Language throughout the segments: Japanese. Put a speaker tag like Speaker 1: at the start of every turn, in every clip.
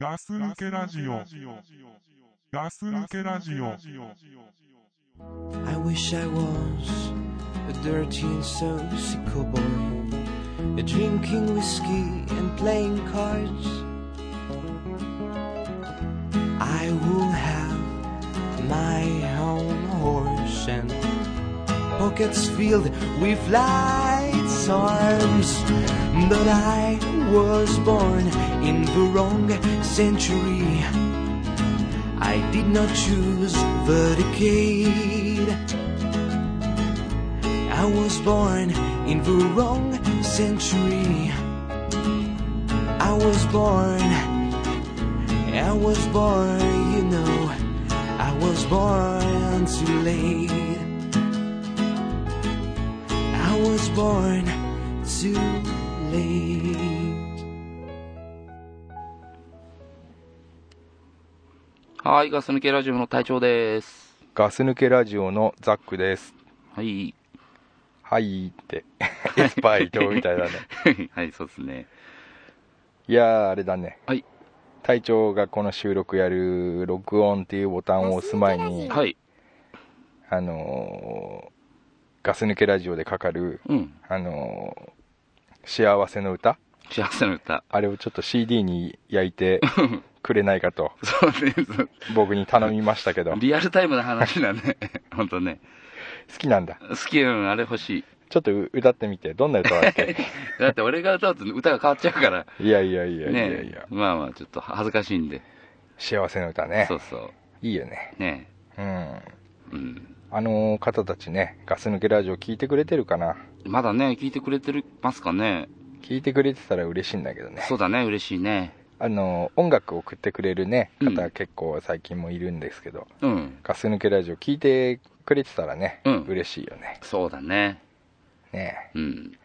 Speaker 1: ガス抜けラジオ。ガス抜けラジオ。
Speaker 2: I wish I was a dirty and saucy boy, drinking whiskey and playing cards. I will have my own horse and pockets filled with lights arms. But I was born in the wrong century. I did not choose the decade. I was born in the wrong century. I was born, I was born, you know, I was born too late. I was born too late.
Speaker 3: はい、ガス抜けラジオの隊長です。
Speaker 4: ガス抜けラジオのザックです。
Speaker 3: はい。
Speaker 4: はいって、 エスパイ今日みたいだね。
Speaker 3: はい、そうですね。
Speaker 4: いやー、あれだね。
Speaker 3: はい。
Speaker 4: 隊長がこの収録やる録音っていうボタンを押す前に、
Speaker 3: はい。
Speaker 4: あのーガス抜けラジオでかかる、
Speaker 3: うん。
Speaker 4: あのー幸せの歌
Speaker 3: 幸せの歌。
Speaker 4: あれをちょっと CD に焼 いてくれないかと、
Speaker 3: そうね。
Speaker 4: 僕に頼みましたけど、好
Speaker 3: リアルタイムな話だね。 本当ね。
Speaker 4: きなんだ。
Speaker 3: 好きなのあれ欲しい。
Speaker 4: ちょっと歌ってみて、どんな歌だ っけ
Speaker 3: だって俺が歌うと歌が変わっちゃうから。
Speaker 4: いやいやいやいやいや、
Speaker 3: ねまあまあ、ちょっと恥ずかしいんで。
Speaker 4: 幸せの歌ね
Speaker 3: そ。うそう。
Speaker 4: いいよね。
Speaker 3: ね
Speaker 4: うん。
Speaker 3: うん。
Speaker 4: あの方たちね、ガス抜けラジオ聞いてくれてるかな
Speaker 3: まだね、聞いてくれてますかね。
Speaker 4: 聞いてくれてたら嬉しいんだけどね。
Speaker 3: そうだね、嬉しいね。
Speaker 4: あの音楽を送ってくれるね、
Speaker 3: う
Speaker 4: 方
Speaker 3: ん
Speaker 4: 結構最近もいるんですけど、
Speaker 3: うん。
Speaker 4: ガス抜けラジオ聞いてくれてたらね、
Speaker 3: うん
Speaker 4: 嬉しいよね。
Speaker 3: そうだね。
Speaker 4: ねえ
Speaker 3: うん。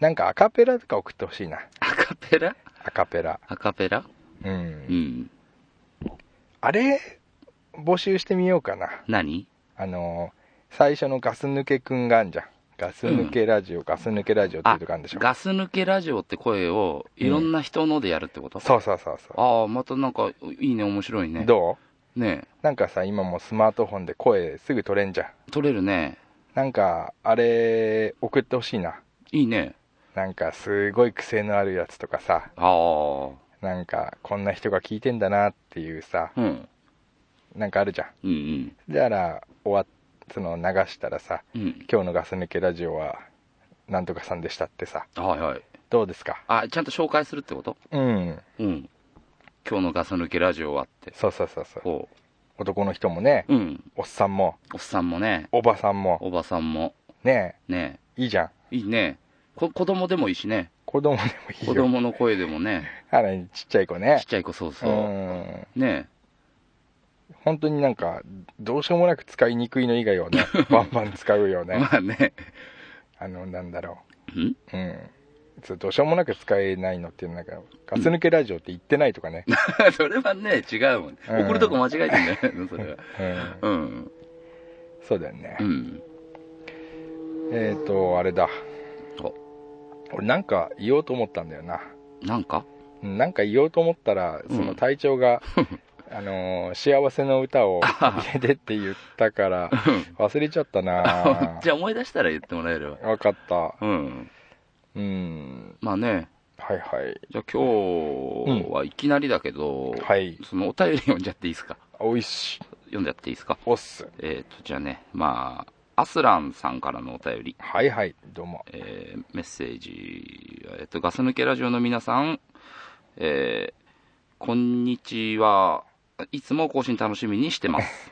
Speaker 4: なんかアカペラとか送ってほしいな。
Speaker 3: アカペラ
Speaker 4: アカペラ。
Speaker 3: アカペラ
Speaker 4: うん。
Speaker 3: うん。
Speaker 4: あれ、募集してみようかな。
Speaker 3: 何
Speaker 4: あの最初のガス抜けくんがあんじゃん。ガス抜けラジオ、ガス抜けラジオっていうとこあるんでしょ。
Speaker 3: ガス抜けラジオって声をいろんな人のでやるってこと、
Speaker 4: そうそうそうそ。
Speaker 3: ああ、またなんかいいね、面白いうね。
Speaker 4: ど
Speaker 3: ね
Speaker 4: うなんかさ、今もうスマートフォンで声すぐ取れんじゃん。
Speaker 3: え取れるね。
Speaker 4: なんか、あれ、送ってほしいな。
Speaker 3: いいね。
Speaker 4: なんか、すごい癖のあるやつとかさ、
Speaker 3: ああ、
Speaker 4: なんか、こんな人が聞いてんだなっていうさ、
Speaker 3: うん。
Speaker 4: なんかあるじゃ
Speaker 3: うんうん。
Speaker 4: ん。だから、終わっ、その、流したらさ、
Speaker 3: うん。
Speaker 4: 今日のガス抜けラジオは、なんとかさんでしたってさ、
Speaker 3: はいはい。
Speaker 4: どうですか
Speaker 3: あ、ちゃんと紹介するってこと
Speaker 4: うん。
Speaker 3: うん。今日のガス抜けラジオはって。
Speaker 4: そうそうそうそう。
Speaker 3: こ
Speaker 4: 男の人もね、
Speaker 3: う。うん。
Speaker 4: おっさんも、
Speaker 3: おっさんもね、
Speaker 4: おばさんも、
Speaker 3: おばさんも、
Speaker 4: ね
Speaker 3: ね
Speaker 4: え、いいじゃん。
Speaker 3: えいいね。こ子供でもいいしね。
Speaker 4: 子供でもいい
Speaker 3: 子
Speaker 4: よ。
Speaker 3: 供の声でもね。
Speaker 4: あら、ちっちゃい子
Speaker 3: ち
Speaker 4: ね
Speaker 3: っ。ちゃい子、そう
Speaker 4: う
Speaker 3: そう。
Speaker 4: ん。
Speaker 3: ね
Speaker 4: 本当になんか、どうしようもなく使いにくいの以外は ね、バンバン使うよ
Speaker 3: え。
Speaker 4: ね。
Speaker 3: まあね。
Speaker 4: あの、なんだろ
Speaker 3: ん
Speaker 4: う。うん。そうどうしようもなく使えないのっていう、なんか、ガス抜けラジオって言ってないとかね。
Speaker 3: それはね、違うもん、ね。
Speaker 4: うん
Speaker 3: 送るとこ間違えてんじゃないのそ れは。
Speaker 4: うん。
Speaker 3: うん。
Speaker 4: そうだよね
Speaker 3: う。ん。
Speaker 4: えっと、あれだ。
Speaker 3: お
Speaker 4: 俺なんか言おうと思ったんだよな。
Speaker 3: なんか
Speaker 4: うんなんか言おうと思ったら、その隊長 が、あのー幸せの歌を入れてって言ったから、忘れちゃったな
Speaker 3: じゃあ思い出したら言ってもらえれば。
Speaker 4: わかった。
Speaker 3: うん。
Speaker 4: うん。
Speaker 3: まあね、
Speaker 4: はいはい。
Speaker 3: じゃあ今日はいきなりだけど、
Speaker 4: はい。
Speaker 3: そのお便り読んじゃっていいですか
Speaker 4: おいしい。
Speaker 3: 読んじゃっていいですか
Speaker 4: おっす。
Speaker 3: えっ、と、じゃあね、まあ、アスランさんからのお便り、
Speaker 4: はいはい。どうも。
Speaker 3: えーメッセージ、えっ、と、ガス抜けラジオの皆さん、えーこんにちは。いつも更新楽しみにして ます。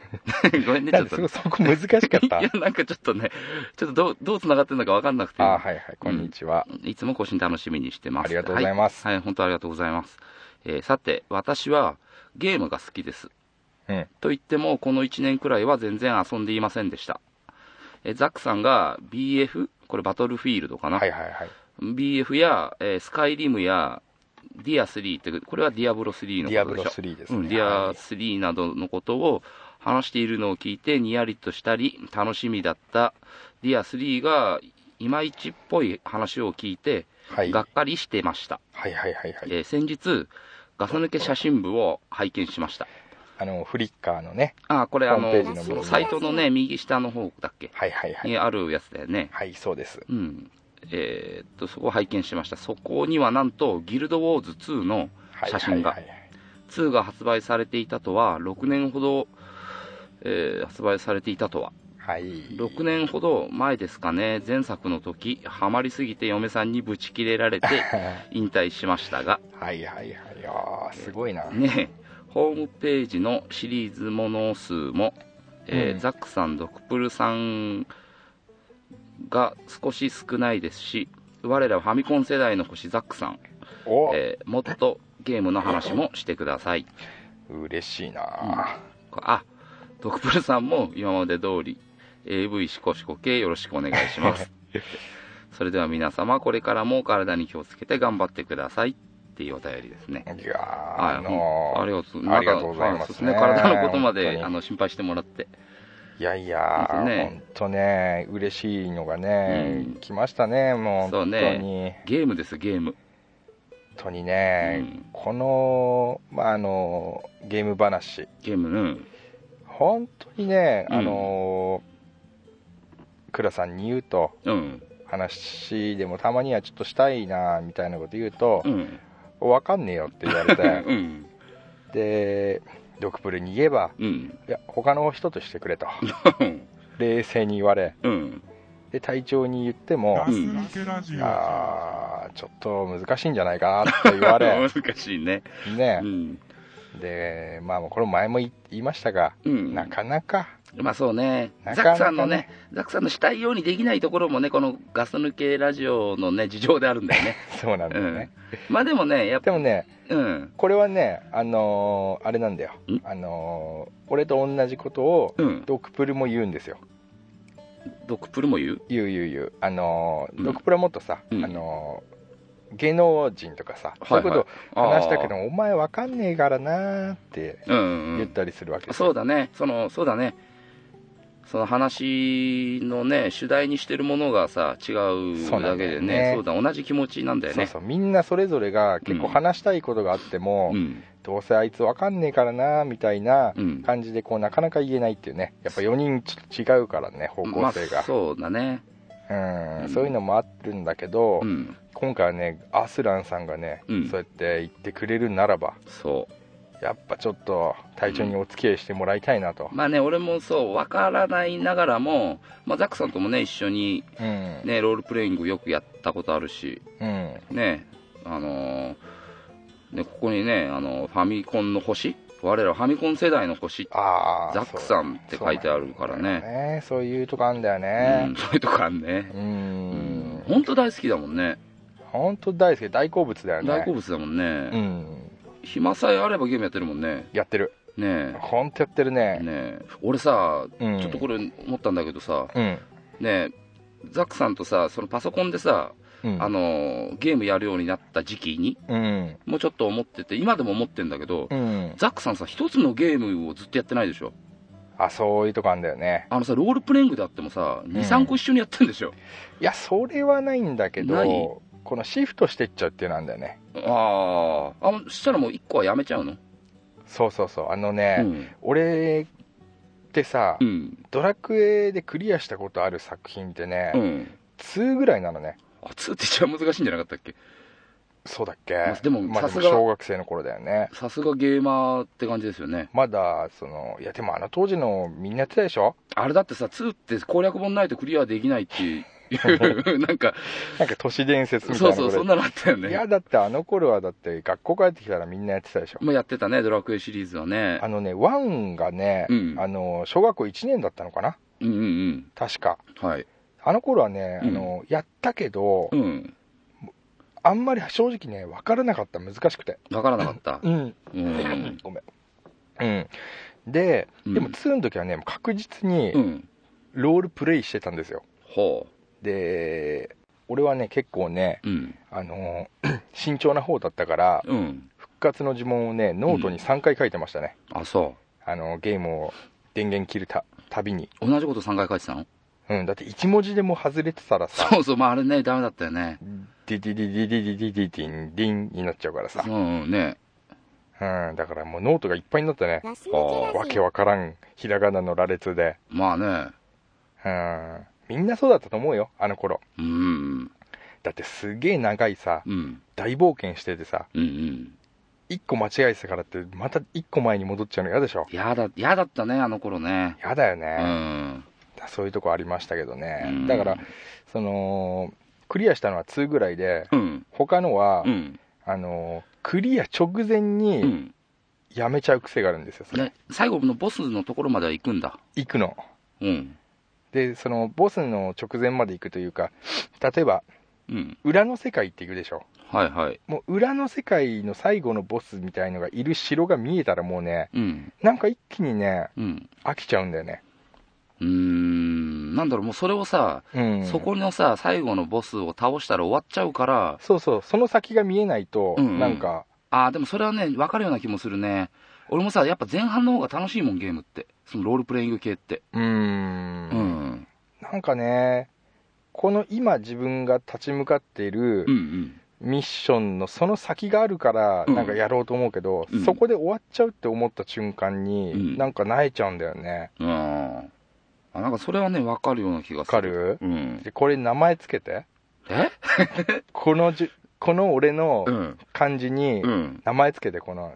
Speaker 3: ごめんね、ち
Speaker 4: な
Speaker 3: ょ
Speaker 4: ん
Speaker 3: っと
Speaker 4: です
Speaker 3: ね、
Speaker 4: ごいそこ難しかっ た
Speaker 3: いや、なんかちょっとね、ちょっとどう、どう繋がってるのか分かんなくて。
Speaker 4: あーはいはい、こんにちは。
Speaker 3: いつも更新楽しみにしてます。
Speaker 4: ありがとうございます
Speaker 3: はい、はい本当ありがとうございます。えーさて、私はゲームが好きです。
Speaker 4: うん。
Speaker 3: と言っても、この1年くらいは全然遊んでいませんでした。えーザックさんが BF、これバトルフィールドかな、
Speaker 4: はいはいはい。
Speaker 3: BF や、えースカイリムやディア3って、これはディアブロ3の
Speaker 4: ディア
Speaker 3: こ
Speaker 4: ブ
Speaker 3: とで
Speaker 4: ロ
Speaker 3: しょ。
Speaker 4: 3です
Speaker 3: う
Speaker 4: ね。
Speaker 3: ん、ディア
Speaker 4: はい
Speaker 3: 3などのことを話しているのを聞いてニヤリとしたり楽しみだったディア3がいまいちっぽい話を聞いて
Speaker 4: はい。
Speaker 3: がっ
Speaker 4: は
Speaker 3: かりしてました、
Speaker 4: いはいはいはい。
Speaker 3: えー先日ガス抜け写真部を拝見しました。
Speaker 4: あのフリッカーのね
Speaker 3: ああ、これあの
Speaker 4: ホームページの部分、
Speaker 3: サイトのね、右下の方だっけ、
Speaker 4: はいはいはい
Speaker 3: にあるやつだよね。
Speaker 4: はいそうです
Speaker 3: うん。えーっと、そこを拝見しました。そこにはなんと、ギルドウォーズ2の
Speaker 4: はい
Speaker 3: 写真が
Speaker 4: はいはいはい
Speaker 3: 2が発売されていたとは、6年ほど、えー発売されていたとは、
Speaker 4: はい
Speaker 3: 6年ほど前ですかね、前作の時、ハマりすぎて嫁さんにブチ切れら れて引退しましたが、
Speaker 4: はいはいはいあーすごいな、
Speaker 3: ねえ、ホームページのシリーズもの数も、えー
Speaker 4: うん
Speaker 3: ザックさん、ドクプルさんが少し少ないですし、我らファミコン世代の星ザックさん、
Speaker 4: お、
Speaker 3: えーもっとゲームの話もしてください。
Speaker 4: 嬉しいな、
Speaker 3: あ、ドクプルさんも今まで通り AV シコシコ系よろしくお願いします。それでは皆様、これからもお体に気をつけて頑張ってくださいっていうお便りですね。
Speaker 4: いやー
Speaker 3: はい、
Speaker 4: あのー
Speaker 3: ありがとう
Speaker 4: ありがとうござい
Speaker 3: なんか
Speaker 4: ます
Speaker 3: そうですね。体のことま
Speaker 4: 本当
Speaker 3: で
Speaker 4: に
Speaker 3: あの心配してもらって。
Speaker 4: いやいや
Speaker 3: ですね
Speaker 4: 本当ね嬉しいのがね、
Speaker 3: うん
Speaker 4: 来ましたねもう
Speaker 3: そう
Speaker 4: 本当
Speaker 3: ね
Speaker 4: に、
Speaker 3: ゲームです、ゲーム。
Speaker 4: 本当にね、
Speaker 3: うん
Speaker 4: この,、まあ、あのゲーム話
Speaker 3: ゲーム、うん。
Speaker 4: 本当にね、
Speaker 3: うん
Speaker 4: あの倉さんに言うと
Speaker 3: うん。
Speaker 4: 話でもたまにはちょっとしたいなみたいなこと言うと
Speaker 3: う、ん。
Speaker 4: わかんねえよって言わ れて
Speaker 3: うん。
Speaker 4: でドクプルに言えば
Speaker 3: うん。
Speaker 4: いや他の人としてくれと冷静に言われ
Speaker 3: うん。
Speaker 4: で隊長に言っても、
Speaker 1: ガス抜けラジオ。
Speaker 4: あーちょっと難しいんじゃないかなって言われ
Speaker 3: 難しいね。
Speaker 4: ね
Speaker 3: うん。
Speaker 4: でまあこれ前も言いましたが、
Speaker 3: うん。
Speaker 4: なかなか
Speaker 3: まあそうね、
Speaker 4: な
Speaker 3: ザ
Speaker 4: か
Speaker 3: ッ
Speaker 4: なかね
Speaker 3: クさんのね、ザックさんのしたいようにできないところもね、このガス抜けラジオのね、事情であるんだ よね。
Speaker 4: そうなんだ
Speaker 3: う
Speaker 4: よ
Speaker 3: ん
Speaker 4: ね、、
Speaker 3: まあでもね、やっ
Speaker 4: で
Speaker 3: ぱ、
Speaker 4: もね
Speaker 3: うん、
Speaker 4: これはねあのーあれなんだよ
Speaker 3: ん
Speaker 4: あのー俺と同じことを
Speaker 3: うん、
Speaker 4: ドクプルも言うんですよ
Speaker 3: ドクプルも言う
Speaker 4: 言う言う言うあのー
Speaker 3: うん
Speaker 4: ドクプルはもっとさ、
Speaker 3: うん
Speaker 4: あのー芸能人とかさ、そういうこと
Speaker 3: あ
Speaker 4: を
Speaker 3: ー
Speaker 4: 話したけどお前わかんねえからなーって
Speaker 3: うんうん、う
Speaker 4: 言っ
Speaker 3: ん、
Speaker 4: たりするわけですよ
Speaker 3: そうだね、その、そうだね、その話のね、主題にしてるものがさ、違う
Speaker 4: そうな
Speaker 3: だ
Speaker 4: んだ
Speaker 3: けで
Speaker 4: よね
Speaker 3: ね、そうだ,、同じ気持ちなんだよ
Speaker 4: そう
Speaker 3: ね。
Speaker 4: そうみんなそれぞれが結構話したいことがあっても、
Speaker 3: うん、
Speaker 4: どうせあいつわかんねえからなみたいな
Speaker 3: うん、
Speaker 4: 感じでこうなかなか言えないっていうねやっぱ4人ちょっと違うからね方
Speaker 3: ま
Speaker 4: 向
Speaker 3: あ
Speaker 4: 性が、
Speaker 3: そうだね、
Speaker 4: うん
Speaker 3: うん
Speaker 4: そういうのもあるんだけど、
Speaker 3: うん、
Speaker 4: 今回はねアスランさんがね、
Speaker 3: うん
Speaker 4: そうやって言ってくれるならば
Speaker 3: そう。
Speaker 4: やっぱちょっと隊長にお付き合いしてもらいたいなと、
Speaker 3: まあね、俺もそう、わからないながらも、まあ、ザックさんともね、一緒に、
Speaker 4: うん
Speaker 3: ね、ロールプレイングよくやったことあるし、
Speaker 4: うん
Speaker 3: ね、あのーね、ここにね、あのーファミコンの星、我らファミコン世代の星、
Speaker 4: ああ
Speaker 3: ザックさんって書いてあるからね、
Speaker 4: ねそういうとこあんだよ
Speaker 3: う
Speaker 4: ね
Speaker 3: ん、そういうとこあんね。
Speaker 4: うん
Speaker 3: うん
Speaker 4: ん、
Speaker 3: 本当大好きだもんね。
Speaker 4: 本当大好き大好物だよね
Speaker 3: 大好物だもん
Speaker 4: う
Speaker 3: ね。
Speaker 4: ん
Speaker 3: 暇さえあればゲームやってるもんね。
Speaker 4: やってる
Speaker 3: ね
Speaker 4: 本当やってる
Speaker 3: え。
Speaker 4: ね
Speaker 3: ねえ俺さ、
Speaker 4: うん
Speaker 3: ちょっとこれ思ったんだけどさ、
Speaker 4: うん、
Speaker 3: ねえ、ザックさんとさ、そのパソコンでさ、
Speaker 4: うん、
Speaker 3: あのゲームやるようになった時期に、
Speaker 4: うん
Speaker 3: もうちょっと思ってて、今でも思ってんだけど、
Speaker 4: うん
Speaker 3: ザックさんさ、一つのゲームをずっとやってないでしょ。
Speaker 4: あそういうとこあんだよね
Speaker 3: あのさ、ロールプレイングであってもさ、2、
Speaker 4: うん
Speaker 3: 3個一緒にやってんでしょ。
Speaker 4: いやそれはないんだけ
Speaker 3: ない
Speaker 4: どこのシフトしてっちゃうっていうのなんだよね
Speaker 3: ああ、あ、したらもう1個はやめちゃうの
Speaker 4: そうそうそうあの
Speaker 3: う
Speaker 4: ね、
Speaker 3: ん。
Speaker 4: 俺ってさ、
Speaker 3: うん。
Speaker 4: ドラクエでクリアしたことある作品ってね、
Speaker 3: うん。
Speaker 4: 2ぐらいなのね
Speaker 3: あ、2って一番難しいんじゃなかったっけ
Speaker 4: そうだっけ、
Speaker 3: まあでも
Speaker 4: まあ
Speaker 3: さすが
Speaker 4: 小学生の頃だよね
Speaker 3: さすがゲーマーって感じですよね。
Speaker 4: まだそのいやでもあの当時のみんなやってたでしょ
Speaker 3: あれだってさ、2って攻略本ないとクリアできないっていう、 なんか、
Speaker 4: なんか都市伝説みたい
Speaker 3: そ
Speaker 4: な
Speaker 3: うそう、
Speaker 4: ことで
Speaker 3: そんなのあったよ
Speaker 4: いや
Speaker 3: ね。
Speaker 4: だってあの頃はだって学校帰ってきたらみんなやってたでしょ
Speaker 3: まあやってたね、ドラクエシリーズはね
Speaker 4: あ。のね1がね、
Speaker 3: うん
Speaker 4: あの小学校1年だったのかな
Speaker 3: うんうん
Speaker 4: 確か
Speaker 3: うん。はい。
Speaker 4: あの頃はね、
Speaker 3: うん
Speaker 4: あのやったけど、
Speaker 3: うん。
Speaker 4: あんまり正直ね分からなかった難しくて
Speaker 3: わからなか った。
Speaker 4: ん
Speaker 3: うん。
Speaker 4: ごめんうんで
Speaker 3: うん
Speaker 4: でも2の時はねもう確実に
Speaker 3: うん。
Speaker 4: ロールプレイしてたんですよ
Speaker 3: ほ
Speaker 4: で俺はね結構ね
Speaker 3: う。うん。
Speaker 4: あの慎重な方だったから
Speaker 3: うん。
Speaker 4: 復活の呪文をねノートに3回書いてましたね、
Speaker 3: あ、そ
Speaker 4: あのゲームを電源切るたたびに
Speaker 3: う。同じこと3回書いてたの
Speaker 4: うんだって1文字でも外れてたらさ
Speaker 3: そうそう、まああれね、ダメだったよね。
Speaker 4: ディディディディディディディディディンディンになっちゃうからさ
Speaker 3: う、んうんね。
Speaker 4: うん、だからもうノートがいっぱいになったね。
Speaker 5: ラス抜け
Speaker 4: わ
Speaker 5: ラジ
Speaker 4: け
Speaker 5: オ
Speaker 4: わからんひらがなの羅列で。
Speaker 3: まあね。
Speaker 4: うん、みんなそうだったと思うよ、あの頃。
Speaker 3: うん。
Speaker 4: だってすげえ長いさ、
Speaker 3: うん。
Speaker 4: 大冒険しててさ、
Speaker 3: うんうん。
Speaker 4: 一個間違えてたからって、また一個前に戻っちゃうの嫌でしょ。
Speaker 3: やだ、やだったね、あの頃ね。
Speaker 4: 嫌だよね。
Speaker 3: うん。
Speaker 4: そういうとこありましたけどね、
Speaker 3: うん
Speaker 4: だからそのクリアしたのは2ぐらいで
Speaker 3: うん。
Speaker 4: 他のは、
Speaker 3: うん。
Speaker 4: あのクリア直前
Speaker 3: う
Speaker 4: に
Speaker 3: ん。
Speaker 4: やめちゃう癖があるんですよそれ、
Speaker 3: ね、最後のボスのところまでは行くんだ。
Speaker 4: 行くの
Speaker 3: うん。
Speaker 4: でそのボスの直前まで行くというか例えば
Speaker 3: うん。
Speaker 4: 裏の世界って行くでしょ
Speaker 3: はいはい。
Speaker 4: もう裏の世界の最後のボスみたいのがいる城が見えたらもうね
Speaker 3: うん。
Speaker 4: なんか一気にね
Speaker 3: うん。
Speaker 4: 飽きちゃうんだよね
Speaker 3: うーん。なんだろう、もうそれをさ、
Speaker 4: うん
Speaker 3: そこのさ、最後のボスを倒したら終わっちゃうから、
Speaker 4: そうそうその先が見えないと、
Speaker 3: うんうん
Speaker 4: なんか
Speaker 3: ああ、でもそれはね、わかるような気もするね。俺もさ、やっぱ前半の方が楽しいもん、ゲームって。そのロールプレイング系って。
Speaker 4: うーん
Speaker 3: うん。
Speaker 4: なんかね、この今自分が立ち向かっている
Speaker 3: うんうん。
Speaker 4: ミッションのその先があるから、
Speaker 3: うん
Speaker 4: なんかやろうと思うけど、
Speaker 3: うん
Speaker 4: そこで終わっちゃうって思った瞬間に、
Speaker 3: うん
Speaker 4: なんか萎えちゃうんだよね。
Speaker 3: うん。あ、なんかそれはね、わかるような気が
Speaker 4: わ
Speaker 3: する。
Speaker 4: かる
Speaker 3: うん。
Speaker 4: で、これ名前つけて。
Speaker 3: え
Speaker 4: このじゅ、この俺の
Speaker 3: うん。
Speaker 4: 感じに
Speaker 3: う、ん。
Speaker 4: 名前つけて、この、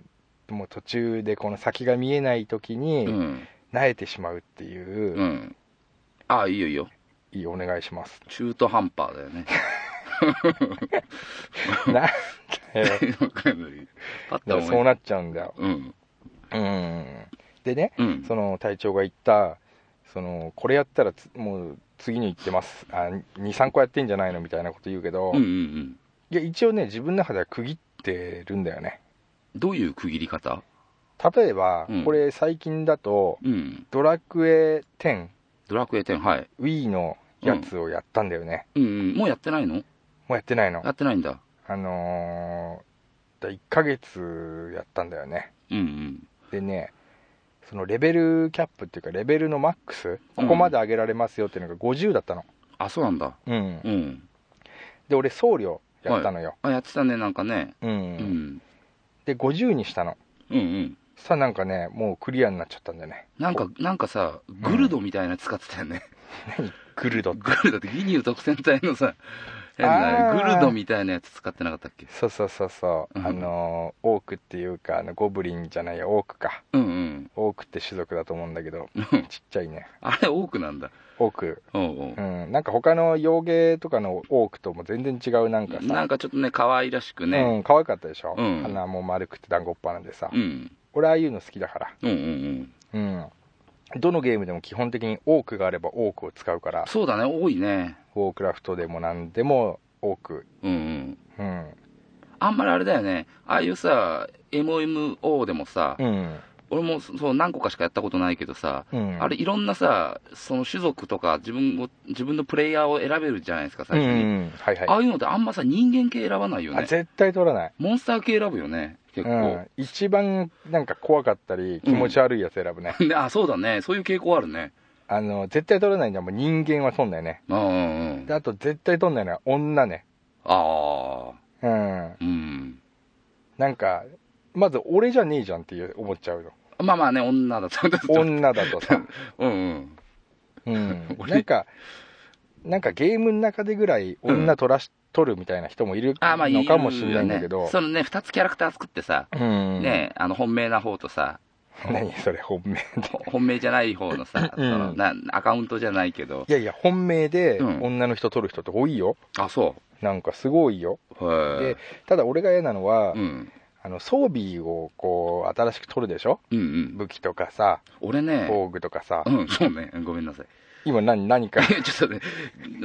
Speaker 4: もう途中でこの先が見えない時
Speaker 3: う
Speaker 4: に、
Speaker 3: ん。
Speaker 4: 萎えてしまうっていう、
Speaker 3: うん。ああ、いいよいいよ。
Speaker 4: いいお願いします。
Speaker 3: 中途半端だよ ね。
Speaker 4: なんだよ。
Speaker 3: わかんないパッと
Speaker 4: だからそう
Speaker 3: 思い
Speaker 4: なっちゃうんだよ。
Speaker 3: うん。
Speaker 4: うん。でね、
Speaker 3: うん。
Speaker 4: その隊長が言ったそのこれやったらつもう次に行ってますあ23個やってんじゃないのみたいなこと言うけど、
Speaker 3: うんうんう
Speaker 4: い
Speaker 3: ん。
Speaker 4: や一応ね自分の中では区切ってるんだよね
Speaker 3: どういう区切り方
Speaker 4: 例えば、
Speaker 3: うん
Speaker 4: これ最近だと
Speaker 3: うん。
Speaker 4: 「ドラクエ10
Speaker 3: ドラクエ10、はい。
Speaker 4: w i i のやつをやったんだよね、
Speaker 3: うんうん。もうやってないの
Speaker 4: もうやってないの
Speaker 3: やってないんだ。
Speaker 4: あのー、1ヶ月やったんだよね
Speaker 3: うんうん。
Speaker 4: でねそのレベルキャップっていうかレベルのマックスここまで上げられますよっていうのが50だったの
Speaker 3: あ、そうなんだ。
Speaker 4: うん
Speaker 3: うん。
Speaker 4: で俺僧侶やったのよ、
Speaker 3: あ、やってたね、なんかね。
Speaker 4: う
Speaker 3: うんん。
Speaker 4: で50にしたの
Speaker 3: うんうん。
Speaker 4: さあなんかねもうクリアになっちゃったんだよね
Speaker 3: なんか、なんかさ、グルドみたいなの使ってたよね。
Speaker 4: グルド
Speaker 3: グルドってギニュー特戦隊のさ、変
Speaker 4: あ
Speaker 3: な、
Speaker 4: ー
Speaker 3: グルドみたいなやつ使ってなかったっけ
Speaker 4: そうそうそうそう、
Speaker 3: うん
Speaker 4: あのーオークっていうかあのゴブリンじゃないやオークか
Speaker 3: うんうん。
Speaker 4: オークって種族だと思うんだけど
Speaker 3: うん
Speaker 4: ちっちゃいね
Speaker 3: あれ多くなんだ。
Speaker 4: オーク
Speaker 3: おう
Speaker 4: うんなんか他の洋芸とかのオークとも全然違うなん
Speaker 3: お
Speaker 4: か
Speaker 3: う。
Speaker 4: さ
Speaker 3: なんかちょっとね、可愛らしくね。
Speaker 4: うん可愛かったでしょ、
Speaker 3: うん
Speaker 4: 鼻も丸くて団子っ鼻でさ、
Speaker 3: うん。
Speaker 4: 俺ああいうの好きだから
Speaker 3: うんうんうん。
Speaker 4: うんどのゲームでも基本的にオークがあればオークを使うから
Speaker 3: そうだね、多いね。
Speaker 4: ウォークラフトでも何でも多く、
Speaker 3: うんうん。
Speaker 4: うん、
Speaker 3: あんまりあれだよね、ああいうさ、MMO でもさ、
Speaker 4: うん、
Speaker 3: 俺もそそう何個かしかやったことないけどさ、
Speaker 4: うん、
Speaker 3: あれいろんなさ、その種族とか自分を、自分のプレイヤーを選べるじゃないですか、
Speaker 4: うん
Speaker 3: 最初に。
Speaker 4: うん、はいはい
Speaker 3: ああいうのってあんまさ、人間系選ばないよ
Speaker 4: あ
Speaker 3: ね。
Speaker 4: 絶対取らない、
Speaker 3: モンスター系選ぶよね、結構
Speaker 4: うん。、一番なんか怖かったり気持ち悪いやつ選ぶね、
Speaker 3: ねあ、そうだね、そういう傾向あるね。
Speaker 4: あの絶対取らないんだもう人間は取んないね
Speaker 3: うんうんうん
Speaker 4: で。あと絶対取んないのは女ね
Speaker 3: ああ、
Speaker 4: うん
Speaker 3: うん。
Speaker 4: なんかまず俺じゃねえじゃんっていう思っ ちゃうよ
Speaker 3: まあまあね、女だと。
Speaker 4: 女だとさ、
Speaker 3: うんうん。
Speaker 4: うん、
Speaker 3: 俺
Speaker 4: なんかなんかゲームの中でぐらい女取らし、取るみたいな人もいる
Speaker 3: あーまあいいよ
Speaker 4: の
Speaker 3: ね
Speaker 4: かもしれないんだけど、
Speaker 3: そのね、二つキャラクター作ってさ、
Speaker 4: うん、
Speaker 3: ね、あの、本命な方とさ、
Speaker 4: 何それ本命
Speaker 3: ほ本命じゃない方のさ、
Speaker 4: うん
Speaker 3: そのなアカウントじゃないけど
Speaker 4: いやいや本命で
Speaker 3: うん
Speaker 4: 女の人取る人って多いよ、
Speaker 3: あそ
Speaker 4: なんかすごいよ
Speaker 3: うへえ
Speaker 4: でただ俺が嫌なのは、
Speaker 3: うん
Speaker 4: あの装備をこう新しく取るでしょ
Speaker 3: うんうん
Speaker 4: 武器とかさ
Speaker 3: 俺ね
Speaker 4: 防具とかさ、
Speaker 3: うんそうねごめんなさい
Speaker 4: 今何何か
Speaker 3: ちょっとね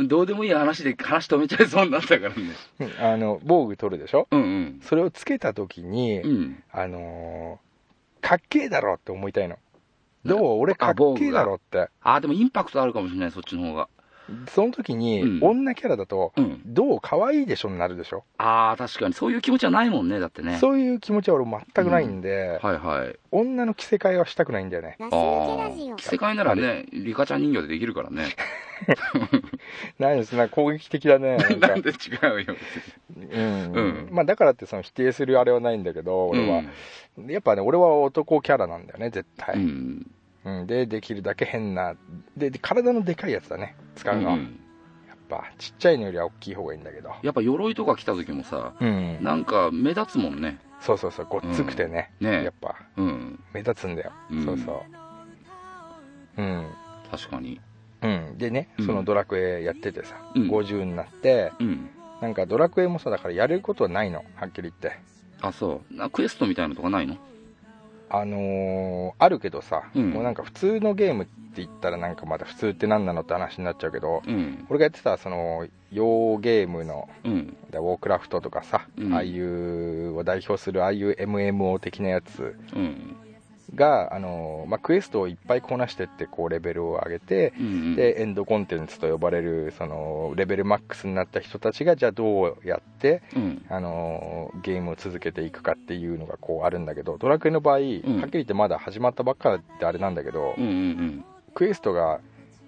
Speaker 3: どうでもいい話で話止めちゃいそうになったからね
Speaker 4: うんあの防具取るでしょ
Speaker 3: うんうん
Speaker 4: それをつけた時に、
Speaker 3: うん
Speaker 4: あのーかっけえだろって思いたいの
Speaker 3: な
Speaker 4: どう俺かっけえだろって
Speaker 3: あでもインパクトあるかもしれないそっちの方が
Speaker 4: その時に、
Speaker 3: うん
Speaker 4: 女キャラだと
Speaker 3: うん
Speaker 4: どう可愛いでしょになるでしょ、
Speaker 3: ああ確かにそういう気持ちはないもんねだってね
Speaker 4: そういう気持ちは俺全くないんで、
Speaker 3: はいはい
Speaker 4: 女の着せ替えはしたくないんだよね
Speaker 5: ラス
Speaker 3: あ
Speaker 5: 抜けラ
Speaker 3: あ
Speaker 5: ジオ
Speaker 3: 着せ替えならねリカちゃん人形でできるからね
Speaker 4: 何ですなんか攻撃的 だねなんか
Speaker 3: なんで違うよ
Speaker 4: うん、
Speaker 3: うん
Speaker 4: まあだからってその否定するあれはないんだけど俺は、やっぱね俺は男キャラなんだよね絶対、
Speaker 3: うんうん
Speaker 4: うんでできるだけ変なでで体のでかいやつだね使うのは、
Speaker 3: うん
Speaker 4: やっぱちっちゃいのよりは大きい方がいいんだけど
Speaker 3: やっぱ鎧とか着た時もさ
Speaker 4: うん
Speaker 3: なんか目立つもんね
Speaker 4: そうそうそうごっつくてね,、
Speaker 3: うんね
Speaker 4: やっぱ
Speaker 3: うん
Speaker 4: 目立つんだよ、
Speaker 3: うん
Speaker 4: そうそううん
Speaker 3: 確かに
Speaker 4: うん、でね
Speaker 3: うん
Speaker 4: そのドラクエやっててさ、
Speaker 3: うん
Speaker 4: 50になって
Speaker 3: うん
Speaker 4: なんかドラクエもさだからやれることはないのはっきり言って
Speaker 3: あそうなクエストみたいなのとかないの
Speaker 4: あのーあるけどさ、
Speaker 3: うん
Speaker 4: もうなんか普通のゲームって言ったらなんかまだ普通って何なのって話になっちゃうけど
Speaker 3: うん
Speaker 4: 俺がやってたその洋ゲームの
Speaker 3: うん
Speaker 4: ウォークラフトとかさ、
Speaker 3: うん
Speaker 4: ああいうを代表するああいう MMO 的なやつ
Speaker 3: うん
Speaker 4: が、あのーまあ、クエストをいっぱいこなしてってこうレベルを上げて、
Speaker 3: うん
Speaker 4: でエンドコンテンツと呼ばれるそのレベルマックスになった人たちがじゃあどうやって、
Speaker 3: うん
Speaker 4: あのーゲームを続けていくかっていうのがこうあるんだけどドラクエの場合、はっきり言ってまだ始まったばっかであれなんだけど、
Speaker 3: うんうんうん
Speaker 4: クエストが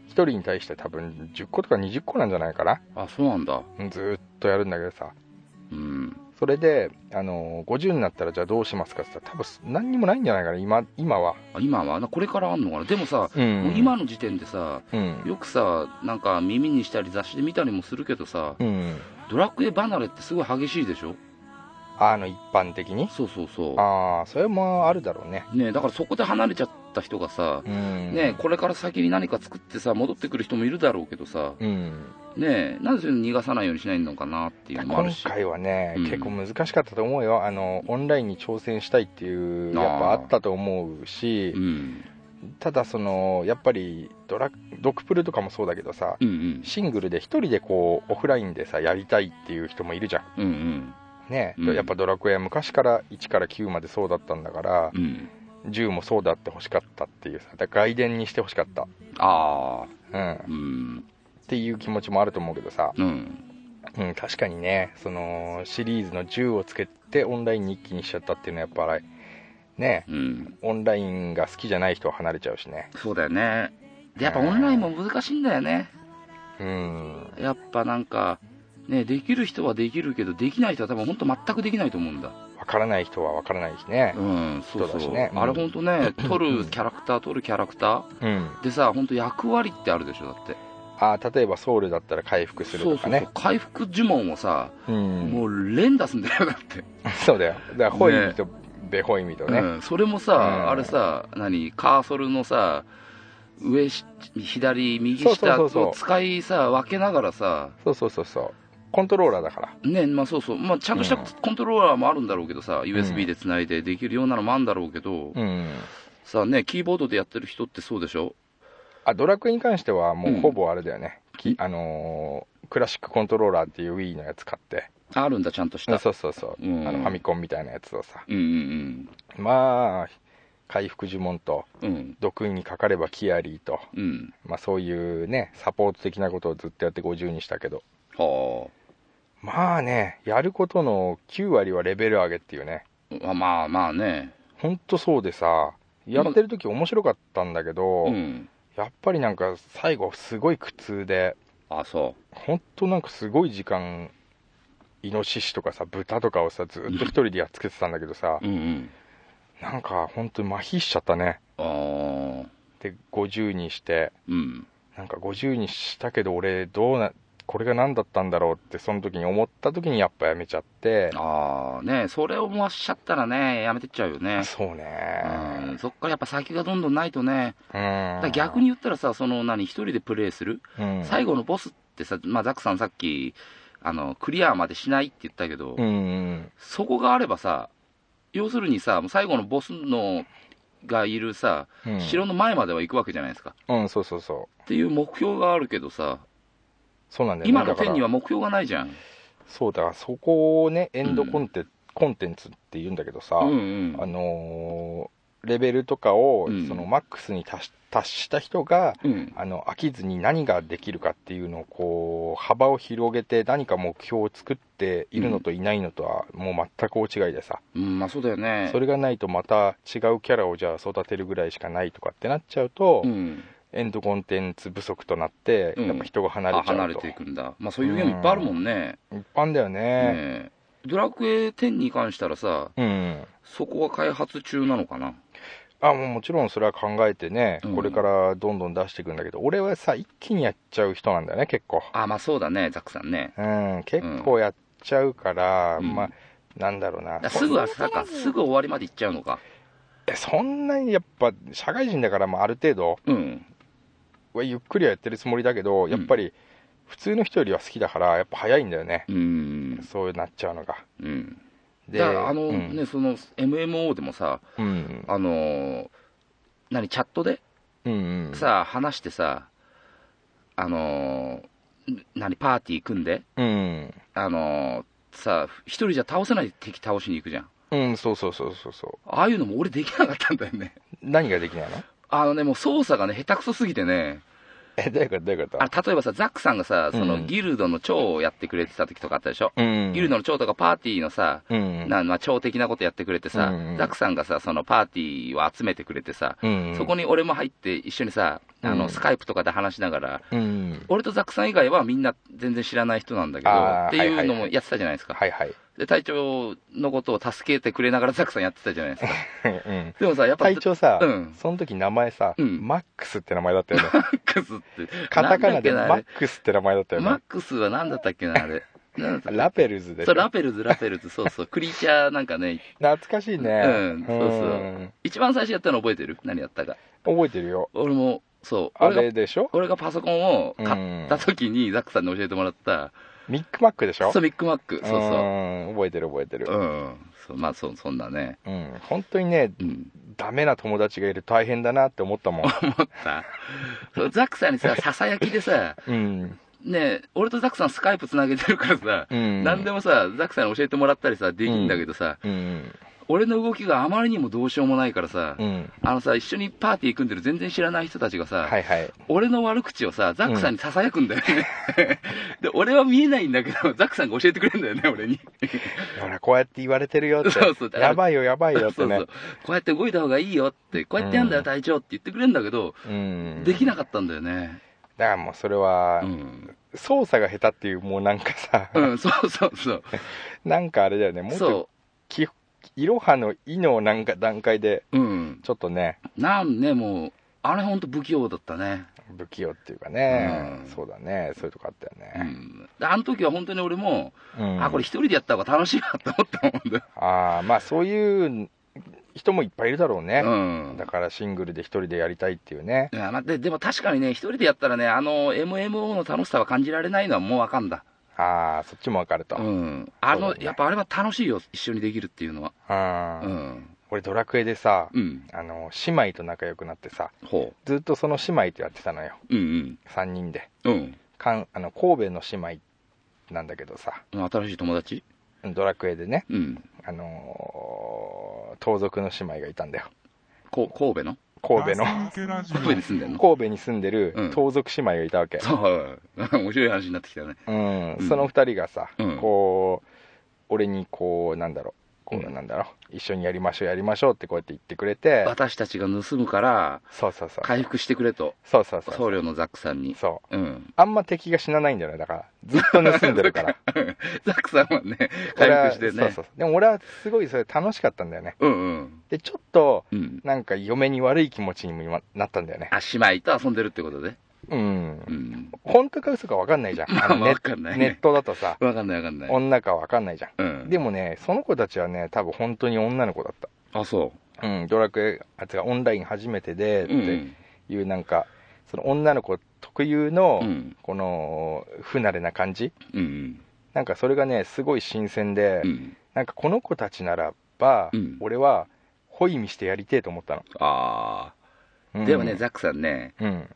Speaker 4: 1人に対して多分10個とか20個なんじゃないかな
Speaker 3: あそうなんだ
Speaker 4: ずーっとやるんだけどさ
Speaker 3: うん
Speaker 4: それで、あのー50になったらじゃあどうしますかって言ったら多分何にもないんじゃないかな今今は、
Speaker 3: あ今はなこれからあんのかなでもさ、
Speaker 4: うん
Speaker 3: もう今の時点でさ
Speaker 4: うん
Speaker 3: よくさなんか耳にしたり雑誌で見たりもするけどさ、
Speaker 4: うん、
Speaker 3: ドラクエ離れってすごい激しいでしょ
Speaker 4: あの一般的に
Speaker 3: そうそうそ
Speaker 4: ああそれもあるだろうね
Speaker 3: うねだからそこで離れちゃった人がさ、
Speaker 4: うん
Speaker 3: ねこれから先に何か作ってさ戻ってくる人もいるだろうけどさ
Speaker 4: うん
Speaker 3: ねなんでそれ逃がさないようにしないのかなっていうのもある
Speaker 4: 今
Speaker 3: し
Speaker 4: 回はね、
Speaker 3: うん
Speaker 4: 結構難しかったと思うよあのオンラインに挑戦したいっていう
Speaker 3: あー
Speaker 4: やっぱあったと思うし
Speaker 3: うん
Speaker 4: ただそのやっぱりドラドクプルとかもそうだけどさ
Speaker 3: うんうん
Speaker 4: シングルで一人でこうオフラインでさやりたいっていう人もいるじゃん
Speaker 3: うんうん
Speaker 4: ね、
Speaker 3: うん
Speaker 4: やっぱドラクエは昔から1から9までそうだったんだから
Speaker 3: うん
Speaker 4: 10もそうだってほしかったっていうさだから外伝にしてほしかった、
Speaker 3: ああ
Speaker 4: うん、っ
Speaker 3: うん
Speaker 4: ていう気持ちもあると思うけどさ、
Speaker 3: うん
Speaker 4: うん、確かにねそのシリーズの10をつけてオンラインに一気にしちゃったっていうのはやっぱあれね
Speaker 3: うん
Speaker 4: オンラインが好きじゃない人は離れちゃうしね
Speaker 3: そうだよねでやっぱオンラインも難しいんだよね
Speaker 4: うん
Speaker 3: やっぱなんか、ね、できる人はできるけど、できない人は多分本当全くできないと思うんだ。
Speaker 4: 分からない人は分からないしね
Speaker 3: うん、そうそ
Speaker 4: 人だ
Speaker 3: う。
Speaker 4: しねうん
Speaker 3: あれ本当ね、取るキャラクター、取るキャラクタ
Speaker 4: うん
Speaker 3: ーでさ、本当役割ってあるでしょ、だって。
Speaker 4: あー例えばソウルだったら回復する
Speaker 3: そう
Speaker 4: と
Speaker 3: そ
Speaker 4: か
Speaker 3: う
Speaker 4: ね
Speaker 3: 回復呪文をさ、
Speaker 4: うん
Speaker 3: もう連打すんだよ、だって。
Speaker 4: そうだよだからホイミとベホイミとね
Speaker 3: うん、それもさ、
Speaker 4: うん
Speaker 3: あれさ、何、カーソルのさ、上し、左、右
Speaker 4: そうそう
Speaker 3: 下
Speaker 4: そうそう
Speaker 3: を使いさ、分けながらさ、
Speaker 4: そうそうそうそうコントローラーだから
Speaker 3: ねまあそうそう、まあ、ちゃんとした
Speaker 4: うん
Speaker 3: コントローラーもあるんだろうけどさ、USB で繋いでできるようなのもあるんだろうけど、
Speaker 4: うん
Speaker 3: さあね、キーボードでやってる人ってそうでしょ
Speaker 4: あドラクエに関してはも
Speaker 3: うん
Speaker 4: うほぼあれだよね、き
Speaker 3: うん
Speaker 4: あのークラシックコントローラーっていう Wii のやつ買って
Speaker 3: あるんだ、ちゃんとし
Speaker 4: うん
Speaker 3: た。
Speaker 4: そうそうそう、
Speaker 3: うん
Speaker 4: あのファミコンみたいなやつをさ
Speaker 3: うんうん
Speaker 4: まあ回復呪文と
Speaker 3: うん。うん。
Speaker 4: 毒にかかればキアリーと、
Speaker 3: うん。
Speaker 4: まあ、そういうねサポート的なことをずっとやって50にしたけど
Speaker 3: は
Speaker 4: まあねやることの9割はレベル上げっていうね
Speaker 3: あ。まあまあね。
Speaker 4: ほんとそうでさやってる時面白かったんだけど、
Speaker 3: うん。
Speaker 4: やっぱりなんか最後すごい苦痛で
Speaker 3: あ、そ
Speaker 4: ほんとなんかすごい時間イノシシとかさ豚とかをさずっと一人でやっつけてたんだけどさ
Speaker 3: う。うんうん。
Speaker 4: なんかほんと麻痺しちゃったね
Speaker 3: ああ。
Speaker 4: で50にして
Speaker 3: うん。
Speaker 4: なんか50にしたけど俺どうなこれが何だったんだろうってその時に思った時にやっぱやめちゃって
Speaker 3: ああ。ねそれを思わしちゃったらね、やめてっちゃうよね。
Speaker 4: そう
Speaker 3: うん。
Speaker 4: ね
Speaker 3: そっからやっぱ先がどんどんないとね。だから逆
Speaker 4: に、
Speaker 3: に言ったらさ、その何、一人でプレイする、
Speaker 4: うん、
Speaker 3: 最後のボスってさ、まあ、ザックさんさっき、あの、クリアまでしないって言ったけど、
Speaker 4: うんうん
Speaker 3: そこがあればさ、要するにさ、もう最後のボスのがいるさ、
Speaker 4: うん
Speaker 3: 城の前までは行くわけじゃないですか。
Speaker 4: うんそうそうそう
Speaker 3: っていう目標があるけどさ、
Speaker 4: そうなんだよね
Speaker 3: 今の
Speaker 4: だから
Speaker 3: 点には目標がないじゃん。
Speaker 4: そうだからそこをねエンドコンテ,、コンテンツって言うんだけどさ、
Speaker 3: うんう
Speaker 4: あ
Speaker 3: ん。
Speaker 4: のーレベルとかを、
Speaker 3: うん
Speaker 4: そのマックスに達し達した人が
Speaker 3: うん。
Speaker 4: あの飽きずに何ができるかっていうのをこう幅を広げて何か目標を作っているのといないのとはもう全く大違いでさ、
Speaker 3: うん、まあそうだよね。
Speaker 4: それがないとまた違うキャラをじゃあ育てるぐらいしかないとかってなっちゃうと、
Speaker 3: うん。
Speaker 4: エンドコンテンツ不足となって、
Speaker 3: うん
Speaker 4: やっぱ人が離れ
Speaker 3: あ
Speaker 4: ちゃうと
Speaker 3: 離れていくんだ、まあ、そういうゲームいっぱいあるもんね、
Speaker 4: 一般だよ
Speaker 3: ね
Speaker 4: ね
Speaker 3: えドラクエ10に関したらさ
Speaker 4: うん
Speaker 3: そこは開発中なのかな
Speaker 4: あもうもちろんそれは考えてね、
Speaker 3: うん
Speaker 4: これからどんどん出していくんだけど俺はさ一気にやっちゃう人なんだよね結構
Speaker 3: あまあそうだねザクさんね
Speaker 4: うん結構やっちゃうから、
Speaker 3: うん
Speaker 4: まあなんだろうな、
Speaker 3: あすぐはさかすぐ終わりまで行っちゃうのか
Speaker 4: えそんなにやっぱ社会人だから、まあ、ある程度
Speaker 3: うん
Speaker 4: はゆっくりはやってるつもりだけどやっぱり普通の人よりは好きだからやっぱ早いんだよね、
Speaker 3: うん
Speaker 4: そうなっちゃうのが
Speaker 3: うん
Speaker 4: で
Speaker 3: だからあの、
Speaker 4: うん
Speaker 3: ねその MMO でもさ
Speaker 4: うん
Speaker 3: あのー何チャットで
Speaker 4: うんうん
Speaker 3: さ話してさあのーん何パーティー組んで
Speaker 4: うん
Speaker 3: あのーさ一人じゃ倒せない敵倒しに行くじゃん
Speaker 4: うんそうそうそうそうそう
Speaker 3: ああいうのも俺できなかったんだよね
Speaker 4: 何ができないの
Speaker 3: あのねもう操作がね下手くそすぎてね
Speaker 4: えどういうことどういうこと
Speaker 3: あ例えばさザックさんがさそうの
Speaker 4: ん
Speaker 3: ギルドの長をやってくれてた時とかあったでしょ、
Speaker 4: うん
Speaker 3: ギルドの長とかパーティーのさ、
Speaker 4: うん
Speaker 3: なまあ、長的なことやってくれてさ、
Speaker 4: うん
Speaker 3: ザックさんがさそのパーティーを集めてくれてさ、
Speaker 4: うん
Speaker 3: そこに俺も入って一緒にさあの、
Speaker 4: うん
Speaker 3: スカイプとかで話しながら
Speaker 4: うん
Speaker 3: 俺とザックさん以外はみんな全然知らない人なんだけど
Speaker 4: あー
Speaker 3: ってい
Speaker 4: は
Speaker 3: う
Speaker 4: い
Speaker 3: の
Speaker 4: はい
Speaker 3: も
Speaker 4: はい
Speaker 3: やってたじゃないですか、
Speaker 4: はい はい
Speaker 3: で隊長のことを助けてくれながらザックさんやってたじゃないですか
Speaker 4: うん
Speaker 3: でもさやっぱ
Speaker 4: 隊長さ、
Speaker 3: うん
Speaker 4: その時名前さ、
Speaker 3: うん
Speaker 4: マックスって名前だったよ ね
Speaker 3: マックスって
Speaker 4: カタカ
Speaker 3: なんだっ
Speaker 4: ナ
Speaker 3: け
Speaker 4: で
Speaker 3: な
Speaker 4: マ
Speaker 3: あ
Speaker 4: ッ
Speaker 3: れ
Speaker 4: クスって名前だったよ
Speaker 3: マッ
Speaker 4: ね
Speaker 3: クスは何だったっけなあれなんだったっけ
Speaker 4: ラペルズでし
Speaker 3: そ
Speaker 4: ょ
Speaker 3: うラペルズラペルズそう そうクリーチャーなんかね
Speaker 4: 懐かしいね
Speaker 3: うんそうそうん一番最初やったの覚えてる何やったか
Speaker 4: 覚えてるよ
Speaker 3: 俺もそう
Speaker 4: あ
Speaker 3: 俺
Speaker 4: れ
Speaker 3: が
Speaker 4: でしょ
Speaker 3: 俺がパソコンを買った時にザックさんに教えてもらった、
Speaker 4: ミックマックでしょ
Speaker 3: そうビッグマックそうそう
Speaker 4: うん覚えてる覚えてる
Speaker 3: うんそうまあそうそんなね
Speaker 4: うん本当にね
Speaker 3: うん
Speaker 4: ダメな友達がいる大変だなって 思ったもん
Speaker 3: 思ったそうザックさんにさささやきでさ
Speaker 4: うん
Speaker 3: ねえ俺とザックさんスカイプつなげてるからさ、
Speaker 4: うん
Speaker 3: 何でもさザックさんに教えてもらったりさできんだけどさ、
Speaker 4: うん
Speaker 3: 俺の動きがあまりにもどうしようもないからさ、
Speaker 4: うん
Speaker 3: あのさ一緒にパーティー組んでる全然知らない人たちがさ、
Speaker 4: はいはい
Speaker 3: 俺の悪口をさ、ザックさんに囁くんだよね。 で、俺は見えないんだけど、ザックさんが教えてくれるんだよね、俺に。
Speaker 4: ほらこうやって言われてるよって
Speaker 3: そうそう
Speaker 4: やばいよやばい
Speaker 3: そ
Speaker 4: よ
Speaker 3: う
Speaker 4: って
Speaker 3: そう
Speaker 4: ね
Speaker 3: こうやって動いた方がいいよって、こうやってやんだよ、
Speaker 4: うん
Speaker 3: 隊長って言ってくれるんだけど、
Speaker 4: うん
Speaker 3: できなかったんだよね。
Speaker 4: だからもうそれは
Speaker 3: うん。
Speaker 4: 操作が下手っていうもうなんかさ
Speaker 3: うん、そうそうそう。
Speaker 4: なんかあれだよねもっと
Speaker 3: そ
Speaker 4: きいろはの「い」のなんか段階で
Speaker 3: う。うん。
Speaker 4: ちょっとね
Speaker 3: なんね、もう、あれほんと不器用だったね。
Speaker 4: 不器用っていうかね
Speaker 3: うん
Speaker 4: そうだねそういうとこあったよ
Speaker 3: う
Speaker 4: ね
Speaker 3: ん。であの時は本当に俺も、
Speaker 4: うん
Speaker 3: あ、これ一人でやった方が楽しいなって思ったもんだ。
Speaker 4: ああまあそういう人もいっぱいいるだろうね、
Speaker 3: うん。
Speaker 4: だからシングルで一人でやりたいっていうね
Speaker 3: いやまあででも確かにね、一人でやったらね、あの MMO の楽しさは感じられないのはもうわかんだ、
Speaker 4: ああそっちも分かると、
Speaker 3: うん、あの、
Speaker 4: そうだね
Speaker 3: やっぱあれは楽しいよ、一緒にできるっていうのは、
Speaker 4: あー
Speaker 3: うん、
Speaker 4: 俺ドラクエでさ、
Speaker 3: うん、
Speaker 4: あの姉妹と仲良くなってさ
Speaker 3: ほ
Speaker 4: ずっとその姉妹とやってたのよ
Speaker 3: う、うん
Speaker 4: 3人で
Speaker 3: うん、うん
Speaker 4: かんあの神戸の姉妹なんだけどさ
Speaker 3: うん、新しい友達、
Speaker 4: ドラクエでね、
Speaker 3: うん、
Speaker 4: あのー盗賊の姉妹がいたんだよ
Speaker 3: こ神戸の、
Speaker 4: 神戸の
Speaker 1: ガス抜け ラジ
Speaker 3: 神戸に住んでんの、
Speaker 4: 神戸に住んで
Speaker 3: う
Speaker 4: る
Speaker 3: ん
Speaker 4: 盗賊姉妹がいたわけ、
Speaker 3: そう、 はいはい面白い話になってきたね、
Speaker 4: うん
Speaker 3: うん
Speaker 4: その2人がさ、
Speaker 3: うん
Speaker 4: こう俺にこうなんだろうこ
Speaker 3: う
Speaker 4: うんなんだろう、一緒にやりましょうやりましょうってこうやって言ってくれて
Speaker 3: 私たちが盗むから、
Speaker 4: そうそうそう
Speaker 3: 回復してくれと、
Speaker 4: そうそうそう
Speaker 3: 僧侶のザックさんに、
Speaker 4: そう
Speaker 3: うん、
Speaker 4: あんま敵が死なないんだよねだからずっと盗んでるから
Speaker 3: ザックさんはね、 回復して
Speaker 4: 俺
Speaker 3: ね、
Speaker 4: はそうそうそうでも俺はすごいそれ楽しかったんだよね
Speaker 3: うんうん、
Speaker 4: でちょっと
Speaker 3: うん、
Speaker 4: なんか嫁に悪い気持ちにも今なったんだよね
Speaker 3: あ姉妹と遊んでるってことで、
Speaker 4: うん
Speaker 3: うん、
Speaker 4: 本当か嘘か分かんな いじゃんあの
Speaker 3: わ
Speaker 4: ネ
Speaker 3: かんない
Speaker 4: ネットだとさ
Speaker 3: わかんないわかんない。
Speaker 4: 女か分かんないじゃん
Speaker 3: うん、
Speaker 4: でもねその子たちはね多分本当に女の子だった
Speaker 3: あそ
Speaker 4: うん、ドラクエあ違うオンライン初めてで
Speaker 3: う、
Speaker 4: っ
Speaker 3: うんう
Speaker 4: て
Speaker 3: ん
Speaker 4: いうなんか、その女の子特有の、
Speaker 3: うん
Speaker 4: この不慣れな感じ
Speaker 3: うん
Speaker 4: なんかそれがねすごい新鮮で、
Speaker 3: うん、
Speaker 4: なんかこの子たちならば、
Speaker 3: うん
Speaker 4: 俺はホイミしてやりてえと思ったの、
Speaker 3: あ
Speaker 4: う
Speaker 3: あ
Speaker 4: ん
Speaker 3: でもね、ザックさんね
Speaker 4: うん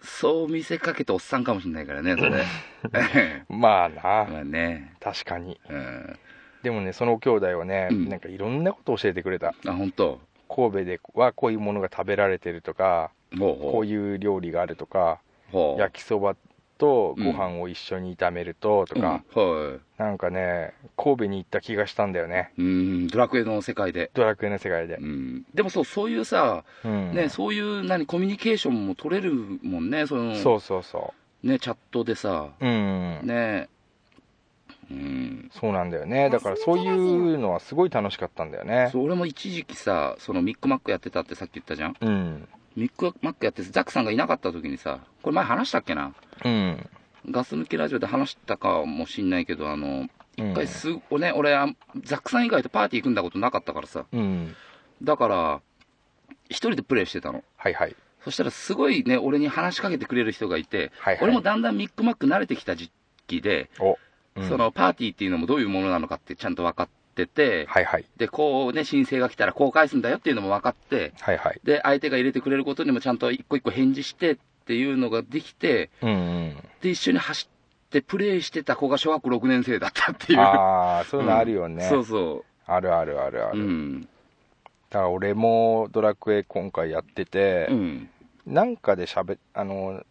Speaker 3: そう見せかけておっさんかもしれないからねそれ
Speaker 4: まあな、
Speaker 3: まあね
Speaker 4: 確かに
Speaker 3: うん
Speaker 4: でもねその兄弟はね、
Speaker 3: うん
Speaker 4: なんかいろんなことを教えてくれた
Speaker 3: あ本当
Speaker 4: 神戸ではこういうものが食べられてるとか
Speaker 3: ほうほう
Speaker 4: こういう料理があるとか
Speaker 3: ほう
Speaker 4: 焼きそばと
Speaker 3: うん
Speaker 4: ご飯を一緒に炒めるととか、
Speaker 3: うんはい
Speaker 4: なんかね神戸に行った気がしたんだよね
Speaker 3: うんドラクエの世界で、
Speaker 4: ドラクエの世界で
Speaker 3: う、ん、でもそうそういうさ、
Speaker 4: うん
Speaker 3: ね、そういう何コミュニケーションも取れるもんねその
Speaker 4: そうそうそ
Speaker 3: ねチャットでさ
Speaker 4: ううん、
Speaker 3: ねうん
Speaker 4: そうなんだよねだからそういうのはすごい楽しかったんだよね
Speaker 3: そう俺も一時期さそのミックマックやってたってさっき言ったじゃん
Speaker 4: うん
Speaker 3: ミックマックやってザックさんがいなかった時にさこれ前話したっけな
Speaker 4: うん
Speaker 3: ガス抜きラジオで話したかもしんないけどあの
Speaker 4: う
Speaker 3: 一
Speaker 4: ん
Speaker 3: 回す、おね、俺あんザックさん以外とパーティー組んだことなかったからさ
Speaker 4: うん
Speaker 3: だから一人でプレイしてたの
Speaker 4: はいはい
Speaker 3: そしたらすごいね俺に話しかけてくれる人がいて、
Speaker 4: はいはい
Speaker 3: 俺もだんだんミックマック慣れてきた時期で、
Speaker 4: お、うん
Speaker 3: そのパーティーっていうのもどういうものなのかってちゃんと分かってて、
Speaker 4: はいはい
Speaker 3: でこうね申請が来たらこう返すんだよっていうのも分かって
Speaker 4: はいはい
Speaker 3: で相手が入れてくれることにもちゃんと一個一個返事してっていうのができて
Speaker 4: うんうん
Speaker 3: で一緒に走ってプレイしてた子が小学校6年生だったっていう
Speaker 4: ああそういうのあるよね、
Speaker 3: そうそ
Speaker 4: あるあるあるあ
Speaker 3: うう
Speaker 4: る、
Speaker 3: ん
Speaker 4: だから俺もドラクエ今回やってて
Speaker 3: う、ん
Speaker 4: なんかでしゃべあの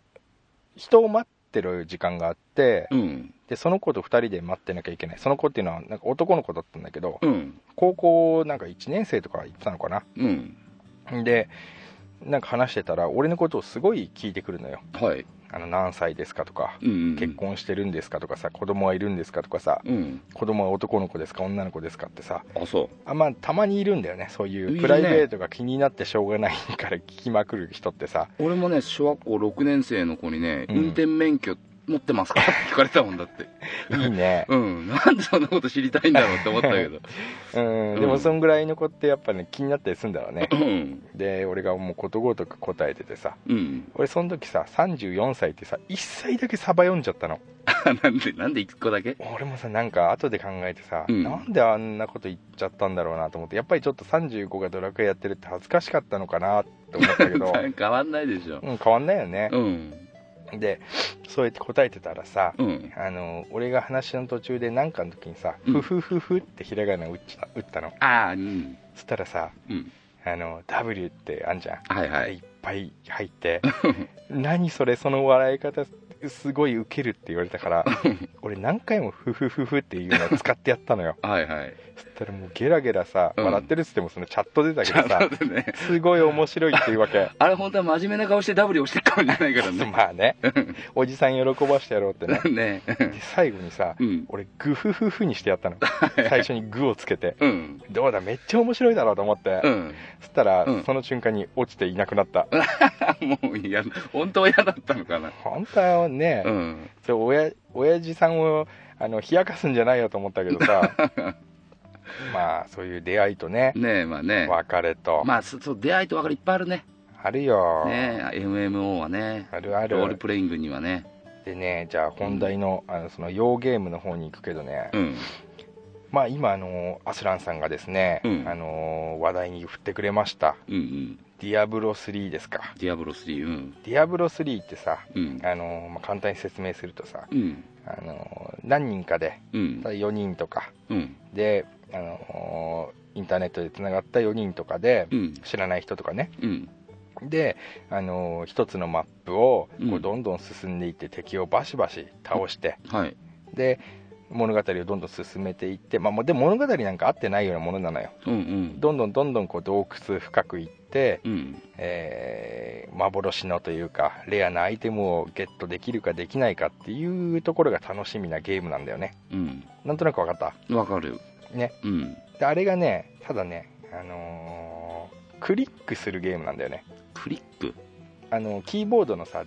Speaker 4: 人を待ってる時間があって、
Speaker 3: うん
Speaker 4: でその子と2人で待ってなきゃいけないその子っていうのはなんか男の子だったんだけど、
Speaker 3: うん
Speaker 4: 高校なんか1年生とか行ってたのか
Speaker 3: うん
Speaker 4: なでなんか話してたら俺のことをすごい聞いてくるのよ
Speaker 3: はい
Speaker 4: あの何歳ですかとか、
Speaker 3: うん
Speaker 4: 結婚してるんですかとかさ子供はいるんですかとかさ
Speaker 3: うん
Speaker 4: 子供は男の子ですか女の子ですかってさ
Speaker 3: あそ
Speaker 4: あまあたまにいるんだよねそう
Speaker 3: いる
Speaker 4: い
Speaker 3: ね
Speaker 4: うプライベートが気になってしょうがないから聞きまくる人ってさ
Speaker 3: う俺もね小学校6年生の子にね、
Speaker 4: うん
Speaker 3: 運転免許持ってますかって聞かれたもんだって
Speaker 4: いいね
Speaker 3: うんなんでそんなこと知りたいんだろうって思った けど
Speaker 4: うん
Speaker 3: うん
Speaker 4: でもそんぐらいの子ってやっぱね気になったりするんだろうね
Speaker 3: うん
Speaker 4: で俺がもうことごとく答えててさ
Speaker 3: うん
Speaker 4: 俺その時さ34歳ってさ1歳だけサバ読んじゃったの
Speaker 3: あなんでなんで1個だけ
Speaker 4: 俺もさなんか後で考えてさ、
Speaker 3: うん
Speaker 4: なんであんなこと言っちゃったんだろうなと思ってやっぱりちょっと35がドラクエやってるって恥ずかしかったのかなって思ったけど、
Speaker 3: 変わんないでしょ
Speaker 4: うん、変わんないよね
Speaker 3: う、ん
Speaker 4: でそうやって答えてたらさ、
Speaker 3: うん
Speaker 4: あの俺が話の途中で何かの時にさ「
Speaker 3: うん
Speaker 4: ふふふふ」ってひらがなを打った打ったの
Speaker 3: ああうん
Speaker 4: そしたらさ
Speaker 3: うん
Speaker 4: あの「W」ってあんじゃん
Speaker 3: はい
Speaker 4: あ
Speaker 3: は
Speaker 4: れい
Speaker 3: い
Speaker 4: っぱい入って「何それその笑い方すごいウケる」って言われたから俺何回も「ふふふふ」っていうのを使ってやったのよ
Speaker 3: はいはい
Speaker 4: そしたらもうゲラゲラさ
Speaker 3: うん
Speaker 4: 笑ってるっつってもそのチャットでだけ
Speaker 3: ち
Speaker 4: ど
Speaker 3: ゃん
Speaker 4: さ
Speaker 3: と ね
Speaker 4: すごい面白いっていうわけ
Speaker 3: あれ本当は真面目な顔して W 押してるかもしれない からね
Speaker 4: まあねおじさん喜ばしてやろうってね
Speaker 3: ね
Speaker 4: で最後にさ
Speaker 3: うん
Speaker 4: 俺グフフフにしてやったの最初にグをつけて
Speaker 3: うん
Speaker 4: どうだめっちゃ面白いだろうと思って、
Speaker 3: うん
Speaker 4: そしたら、
Speaker 3: うん
Speaker 4: その瞬間に落ちていなくなった
Speaker 3: あもう嫌本当は嫌だったのかな
Speaker 4: 本当はね、
Speaker 3: うん
Speaker 4: それ親親父さんをあの冷やかすんじゃないよと思ったけど さまあそういう出会いとね
Speaker 3: ねえまあね
Speaker 4: 別れと、
Speaker 3: まあそそう出会いと別れいっぱいあるね
Speaker 4: あるよ、
Speaker 3: ねえ MMO はね
Speaker 4: あるあ
Speaker 3: ロール
Speaker 4: る
Speaker 3: プレイングにはね
Speaker 4: でねじゃあ本題の,、あのその洋ゲームの方に行くけどね、
Speaker 3: うん
Speaker 4: まあ今あのアスランさんがですね、
Speaker 3: うん
Speaker 4: あの話題に振ってくれました
Speaker 3: うんうん
Speaker 4: 「ディアブロ3」ですか
Speaker 3: ディアブロ3うん
Speaker 4: 「ディアブロ3」ってさ
Speaker 3: うん
Speaker 4: あの、まあ、簡単に説明するとさ
Speaker 3: うん
Speaker 4: あの何人かで
Speaker 3: うん
Speaker 4: 4人とか
Speaker 3: うん
Speaker 4: であのインターネットでつながった4人とかで
Speaker 3: うん
Speaker 4: 知らない人とかね
Speaker 3: うん
Speaker 4: であの一つのマップを
Speaker 3: う
Speaker 4: こ
Speaker 3: ん
Speaker 4: うどんどん進んでいって敵をバシバシ倒して
Speaker 3: はい
Speaker 4: で物語をどんどん進めていって、まあ、もうでも物語なんか合ってないようなものなのよ
Speaker 3: うんうん
Speaker 4: どんどんどんどんこう洞窟深く行って、
Speaker 3: うん
Speaker 4: えー幻のというかレアなアイテムをゲットできるかできないかっていうところが楽しみなゲームなんだよね
Speaker 3: うん
Speaker 4: なんとなく分かった
Speaker 3: わかる
Speaker 4: ね
Speaker 3: うん
Speaker 4: であれがねただね、あのークリックするゲームなんだよね
Speaker 3: クリック
Speaker 4: あのキーボードのさ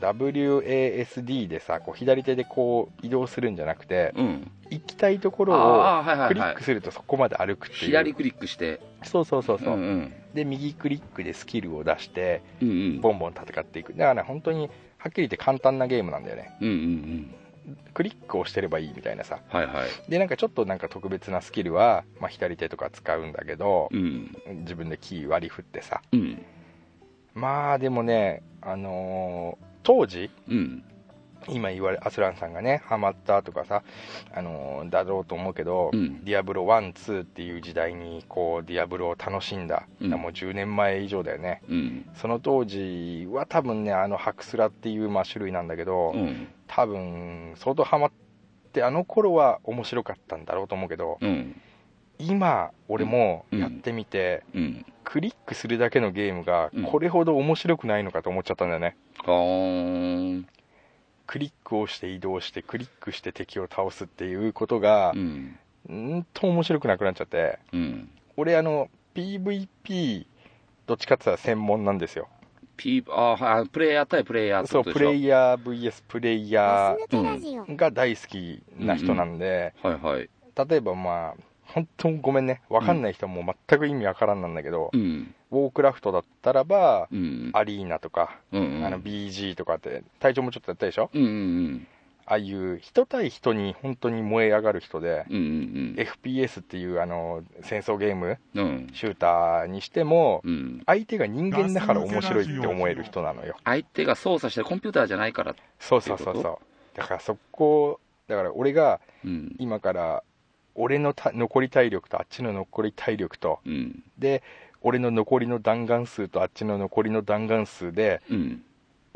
Speaker 4: WASD でさこう左手でこう移動するんじゃなくて
Speaker 3: うん
Speaker 4: 行きたいところを
Speaker 3: ああはいは
Speaker 4: ク
Speaker 3: い
Speaker 4: リ
Speaker 3: は
Speaker 4: ッ
Speaker 3: い
Speaker 4: クするとそこまで歩くっていう、
Speaker 3: 左クリックして
Speaker 4: そうそうそうそう、
Speaker 3: うんうん
Speaker 4: で右クリックでスキルを出して
Speaker 3: うんうん
Speaker 4: ボンボン戦っていくだからね本当にはっきり言って簡単なゲームなんだよね
Speaker 3: うんうんうん
Speaker 4: クリックをしてればいいみたいなさ
Speaker 3: はいはい
Speaker 4: でなんかちょっとなんか特別なスキルは、まあ、左手とか使うんだけど
Speaker 3: うん
Speaker 4: 自分でキー割り振ってさ
Speaker 3: うん
Speaker 4: まあでもね、あのー当時
Speaker 3: うん
Speaker 4: 今言われアスランさんがねハマったとかさ、あのーだろうと思うけど、
Speaker 3: うん
Speaker 4: ディアブロ12っていう時代にこうディアブロを楽しんだ、
Speaker 3: うん
Speaker 4: もう10年前以上だよね
Speaker 3: うん
Speaker 4: その当時は多分ねあのハクスラっていうまあ種類なんだけど、
Speaker 3: うん
Speaker 4: 多分相当ハマってあの頃は面白かったんだろうと思うけど
Speaker 3: うん
Speaker 4: 今俺もやってみて、
Speaker 3: うん
Speaker 4: クリックするだけのゲームが
Speaker 3: うん
Speaker 4: これほど面白くないのかと思っちゃったんだよね、
Speaker 3: あー
Speaker 4: クリックをして移動してクリックして敵を倒すっていうことが
Speaker 3: う、ん
Speaker 4: うんと面白くなくなっちゃって
Speaker 3: うん
Speaker 4: 俺あの PVP どっちかって言ったら専門なんですよ
Speaker 3: P あーはいプレイヤー対プレイヤーって
Speaker 4: そ
Speaker 3: こ
Speaker 4: う
Speaker 3: とで
Speaker 4: プ
Speaker 3: しょ
Speaker 4: レイヤー VS プレイヤ
Speaker 5: ガス抜けラジオ。
Speaker 4: ーが大好きな人なんで、
Speaker 3: はいはい
Speaker 4: 例えばまあ本当にごめんね分かんない人はもう全く意味わからんなんだけど
Speaker 3: う、ん
Speaker 4: ウォークラフトだったらば
Speaker 3: うん
Speaker 4: アリーナとか、
Speaker 3: うんうん
Speaker 4: あの BG とかって隊長もちょっとやったでしょ
Speaker 3: うんうん
Speaker 4: ああいう人対人に本当に燃え上がる人で、
Speaker 3: うんうんうん
Speaker 4: FPS っていうあの戦争ゲーム
Speaker 3: うん
Speaker 4: シューターにしても、
Speaker 3: うん
Speaker 4: 相手が人間だから面白いって思える人なのよ
Speaker 3: 相手が操作してるコンピューターじゃないから
Speaker 4: そうそうそうそうだからそこだから俺が
Speaker 3: うん
Speaker 4: 今から俺のた残り体力とあっちの残り体力と
Speaker 3: うん
Speaker 4: で俺の残りの弾丸数とあっちの残りの弾丸数で
Speaker 3: うん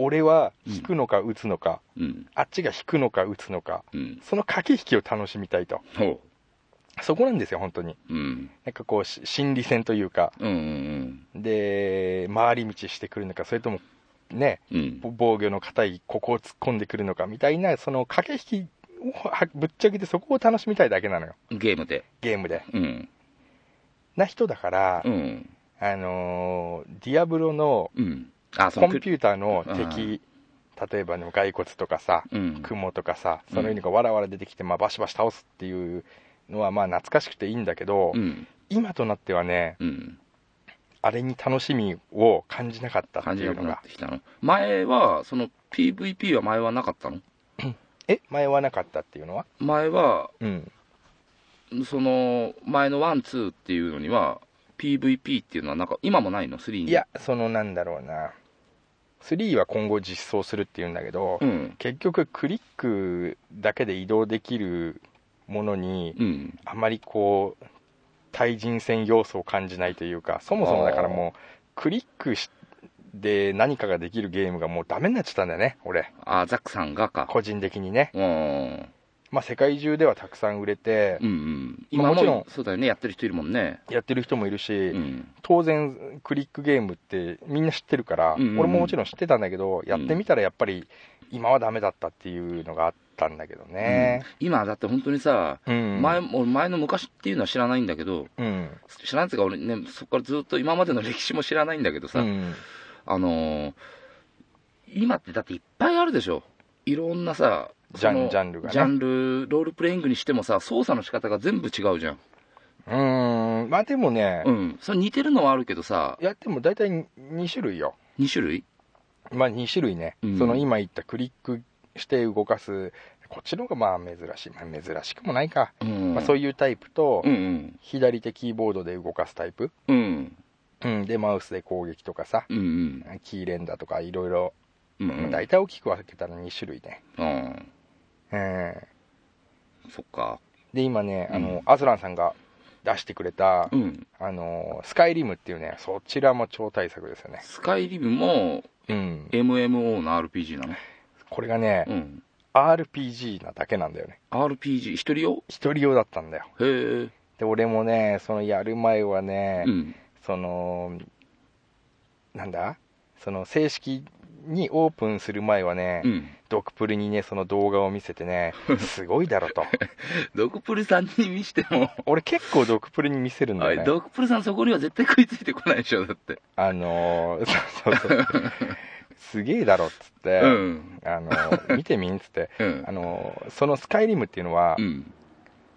Speaker 4: 俺は引くのか打つのか、
Speaker 3: うん
Speaker 4: あっちが引くのか打つのか
Speaker 3: うん
Speaker 4: その駆け引きを楽しみたいと
Speaker 3: ほ
Speaker 4: そこなんですよ本当に
Speaker 3: ううん
Speaker 4: なんかこうし心理戦というか
Speaker 3: うんうん
Speaker 4: で回り道してくるのかそれともね
Speaker 3: うんうん
Speaker 4: ぼ防御の硬いここを突っ込んでくるのかみたいなその駆け引きをはぶっちゃけてそこを楽しみたいだけなのよ
Speaker 3: ゲームで
Speaker 4: ゲームで
Speaker 3: うん
Speaker 4: な人だから、
Speaker 3: うん
Speaker 4: あのーディアブロの
Speaker 3: うんあそ
Speaker 4: コ
Speaker 3: の
Speaker 4: ン
Speaker 3: ピュ
Speaker 4: ピューターの敵例えばの骸骨とかさ
Speaker 3: うん
Speaker 4: 雲とかさそのようにこうわらわら出てきて、まあ、バシバシ倒すっていうのはまあ懐かしくていいんだけど、
Speaker 3: うん
Speaker 4: 今となってはね
Speaker 3: うん
Speaker 4: あれに楽しみを感じなかったって
Speaker 3: 感じ
Speaker 4: い
Speaker 3: な
Speaker 4: う
Speaker 3: く
Speaker 4: の
Speaker 3: なっ
Speaker 4: が
Speaker 3: てきたの前はその PVP は前はなかったの
Speaker 4: え前はなかったっていうのは
Speaker 3: 前は
Speaker 4: うん
Speaker 3: その前のワンツーっていうのには PVP っていうのはなんか今もないの3に
Speaker 4: いやそのなんだろうな3は今後実装するっていうんだけど、
Speaker 3: うん
Speaker 4: 結局クリックだけで移動できるものに
Speaker 3: うん
Speaker 4: あまりこう対人戦要素を感じないというかそもそもだからもうクリックしで何かができるゲームがもうダメになっちゃったんだよね俺
Speaker 3: あザックさんがか
Speaker 4: 個人的にね
Speaker 3: うんうん
Speaker 4: まあ世界中ではたくさん売れて
Speaker 3: うん
Speaker 4: まあ
Speaker 3: 今
Speaker 4: もちろ
Speaker 3: も
Speaker 4: ん
Speaker 3: そうだよねやってる人いるもんね
Speaker 4: やってる人もいる
Speaker 3: う
Speaker 4: し、
Speaker 3: ん
Speaker 4: 当然クリックゲームってみんな知ってるから、
Speaker 3: うんうんうん
Speaker 4: 俺ももちろん知ってたんだけどやってみたらやっぱり今はダメだったっていうのがあったんだけどね
Speaker 3: うん今だって本当にさ
Speaker 4: うん、うん、
Speaker 3: 前も俺前の昔っていうのは知らないんだけど
Speaker 4: うん、
Speaker 3: 知らないっていうか俺ねそこからずっと今までの歴史も知らないんだけど
Speaker 4: う
Speaker 3: さ
Speaker 4: ん、
Speaker 3: あのー今ってだっていっぱいあるでしょいろんなさ
Speaker 4: ジャン
Speaker 3: その
Speaker 4: ジャンルがね
Speaker 3: ジャンルロールプレイングにしてもさ操作の仕方が全部違うじゃん
Speaker 4: うんまあでもね、
Speaker 3: うんそれ似てるのはあるけどさ
Speaker 4: いやっても大体2種類よ
Speaker 3: 2種類
Speaker 4: まあ2種類ね、
Speaker 3: うん
Speaker 4: その今言ったクリックして動かすこっちの方がまあ珍しい、まあ、珍しくもないか、
Speaker 3: うん
Speaker 4: まあ、そう
Speaker 3: い
Speaker 4: いうタイプと、
Speaker 3: うん
Speaker 4: 左手キーボードで動かすタイプ、
Speaker 3: うんうん
Speaker 4: うん、でマウスで攻撃とかさ
Speaker 3: うんうん
Speaker 4: キー連打とかいろいろ
Speaker 3: うんうん
Speaker 4: 大体大きく分けたら2種類ね、
Speaker 3: うん
Speaker 4: うん、
Speaker 3: そっか
Speaker 4: で今ね
Speaker 3: うん
Speaker 4: あの、アスランさんが出してくれた、
Speaker 3: うん
Speaker 4: あのスカイリムっていうねそちらも超大作ですよね、
Speaker 3: スカイリムも
Speaker 4: うん
Speaker 3: MMO の RPG なの
Speaker 4: これがね、
Speaker 3: うん
Speaker 4: RPG なだけなんだよね
Speaker 3: RPG 一人用
Speaker 4: 一人用だったんだよ
Speaker 3: へえ
Speaker 4: で俺もねそのやる前はね、
Speaker 3: うん
Speaker 4: そのなんだその正式にオープンする前はね、
Speaker 3: うん
Speaker 4: ドクプルにねその動画を見せ てねすごいだろと
Speaker 3: ドクプルさんに見しても
Speaker 4: 俺結構ドクプルに見せるんだ
Speaker 3: お
Speaker 4: よ
Speaker 3: い
Speaker 4: ね
Speaker 3: ドクプルさんそこには絶対食いついてこないでしょだって
Speaker 4: あのー そうそうそうすげえだろっつって、
Speaker 3: うん
Speaker 4: あのー見てみんっつって
Speaker 3: うん
Speaker 4: あのーそのスカイリムっていうのは
Speaker 3: うん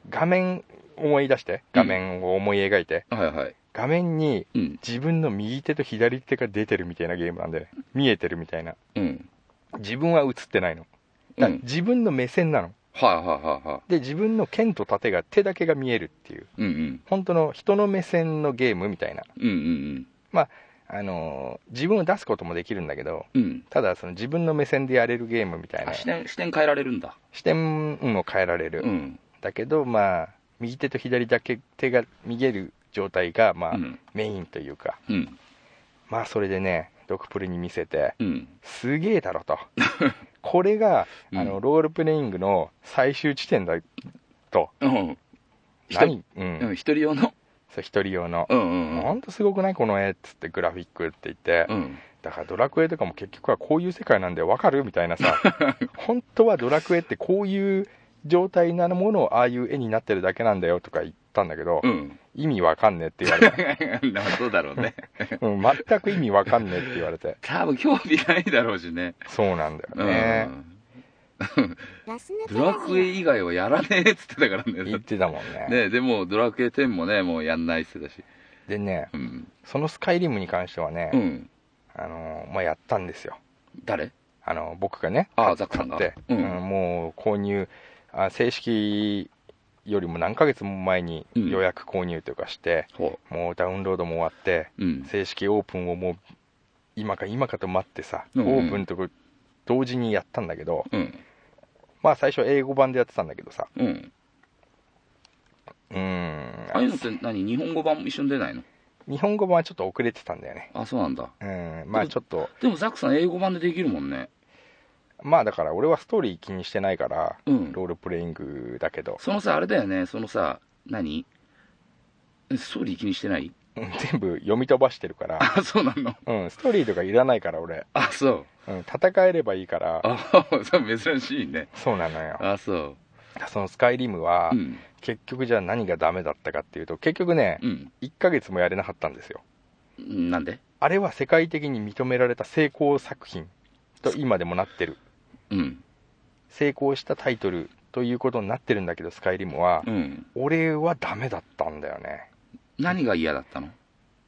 Speaker 4: 画面思い出して画面を思い描いて、
Speaker 3: はいはい
Speaker 4: 画面に
Speaker 3: うん
Speaker 4: 自分の右手と左手が出てるみたいなゲームなんで見えてるみたいな
Speaker 3: うん
Speaker 4: 自分は映ってないの
Speaker 3: う
Speaker 4: だ
Speaker 3: ん
Speaker 4: 自分の目線なの
Speaker 3: はいはいはいは
Speaker 4: で自分の剣と盾が手だけが見えるっていう
Speaker 3: いうん
Speaker 4: 本当の人の目線のゲームみたいな
Speaker 3: うんうんうん
Speaker 4: ああの自分を出すこともできるんだけど
Speaker 3: うん。
Speaker 4: ただその自分の目線でやれるゲームみたいな
Speaker 3: あ視点、視点変えられるんだ。
Speaker 4: 視点を変えられる、
Speaker 3: うん。
Speaker 4: だけどまあ右手と左だけ手が逃げる状態がまあ、
Speaker 3: うん。
Speaker 4: メインというか
Speaker 3: うん。
Speaker 4: まあそれでねドクプルに見せて
Speaker 3: うん。
Speaker 4: すげえ だろとこれが
Speaker 3: うん
Speaker 4: あのロールプレイングの最終地点だと
Speaker 3: うん。一人
Speaker 4: 何うん、
Speaker 3: うん、一人用の。
Speaker 4: そう一人用の、
Speaker 3: うんうんう
Speaker 4: ほ
Speaker 3: ん。
Speaker 4: んとすごくないこの絵っつってグラフィックって言って、
Speaker 3: うん。
Speaker 4: だからドラクエとかも結局はこういう世界なんでわかるみたい なさ本当はドラクエってこういう状態なものをああいう絵になってるだけなんだよとか言ったんだけ ど、
Speaker 3: うん。
Speaker 4: 意味わかんねえって言われて、
Speaker 3: どうだろうね。
Speaker 4: うん、全く意味わかんねえって言われて
Speaker 3: 多分興味ないだろうしね。
Speaker 4: そうなんだ
Speaker 3: う
Speaker 4: よ
Speaker 3: ん。
Speaker 4: ね、
Speaker 5: ラス抜け
Speaker 3: ドラクエ以外はやらねえっつってたからね。
Speaker 4: 言ってたもんね
Speaker 3: ねでもドラクエ10もね、もうやんないっつってたし。
Speaker 4: でね
Speaker 3: うん。
Speaker 4: そのスカイリムに関してはね、
Speaker 3: うん。
Speaker 4: あのまあ、やったんですよ
Speaker 3: 誰
Speaker 4: あの僕がね
Speaker 3: あ
Speaker 4: 買
Speaker 3: あザックさんが
Speaker 4: 買って、
Speaker 3: う
Speaker 4: うんんもう購入あ正式よりも何ヶ月も前に
Speaker 3: うん
Speaker 4: 予約購入というかして、
Speaker 3: ほ
Speaker 4: もうダウンロードも終わって
Speaker 3: う。うん。
Speaker 4: 正式オープンをもう今か今かと待ってさ、
Speaker 3: うんうん
Speaker 4: オープンと同時にやったんだけど
Speaker 3: うん。
Speaker 4: まあ最初は英語版でやってたんだけどさ
Speaker 3: うん。
Speaker 4: うーん
Speaker 3: ああいうのって何日本語版も一緒に出ないの
Speaker 4: 日本語版はちょっと遅れてたんだよね
Speaker 3: あ、そうなんだ。
Speaker 4: うんまあちょっと
Speaker 3: でもザックさん英語版でできるもんね。
Speaker 4: まあだから俺はストーリー気にしてないから
Speaker 3: うん。
Speaker 4: ロールプレイングだけど、
Speaker 3: そのさ、あれだよね、そのさ、何ストーリー気にしてない
Speaker 4: うん全部読み飛ばしてるから、
Speaker 3: あ、そうなの。
Speaker 4: うん、ストーリーとかいらないから俺、
Speaker 3: あ、そう。
Speaker 4: うん、戦えればいいから
Speaker 3: あ、そう、珍しいね。
Speaker 4: そうなのよ
Speaker 3: あ、そ
Speaker 4: そのスカイリムは、
Speaker 3: う。うん。
Speaker 4: 結局じゃあ何がダメだったかっていうと結局ね
Speaker 3: うん。
Speaker 4: 1ヶ月もやれなかったんですよ
Speaker 3: なんで
Speaker 4: あれは世界的に認められた成功作品と今でもなってる
Speaker 3: うん。
Speaker 4: 成功したタイトルということになってるんだけどスカイリムは、
Speaker 3: うん。
Speaker 4: 俺はダメだったんだよね
Speaker 3: 何が嫌だったの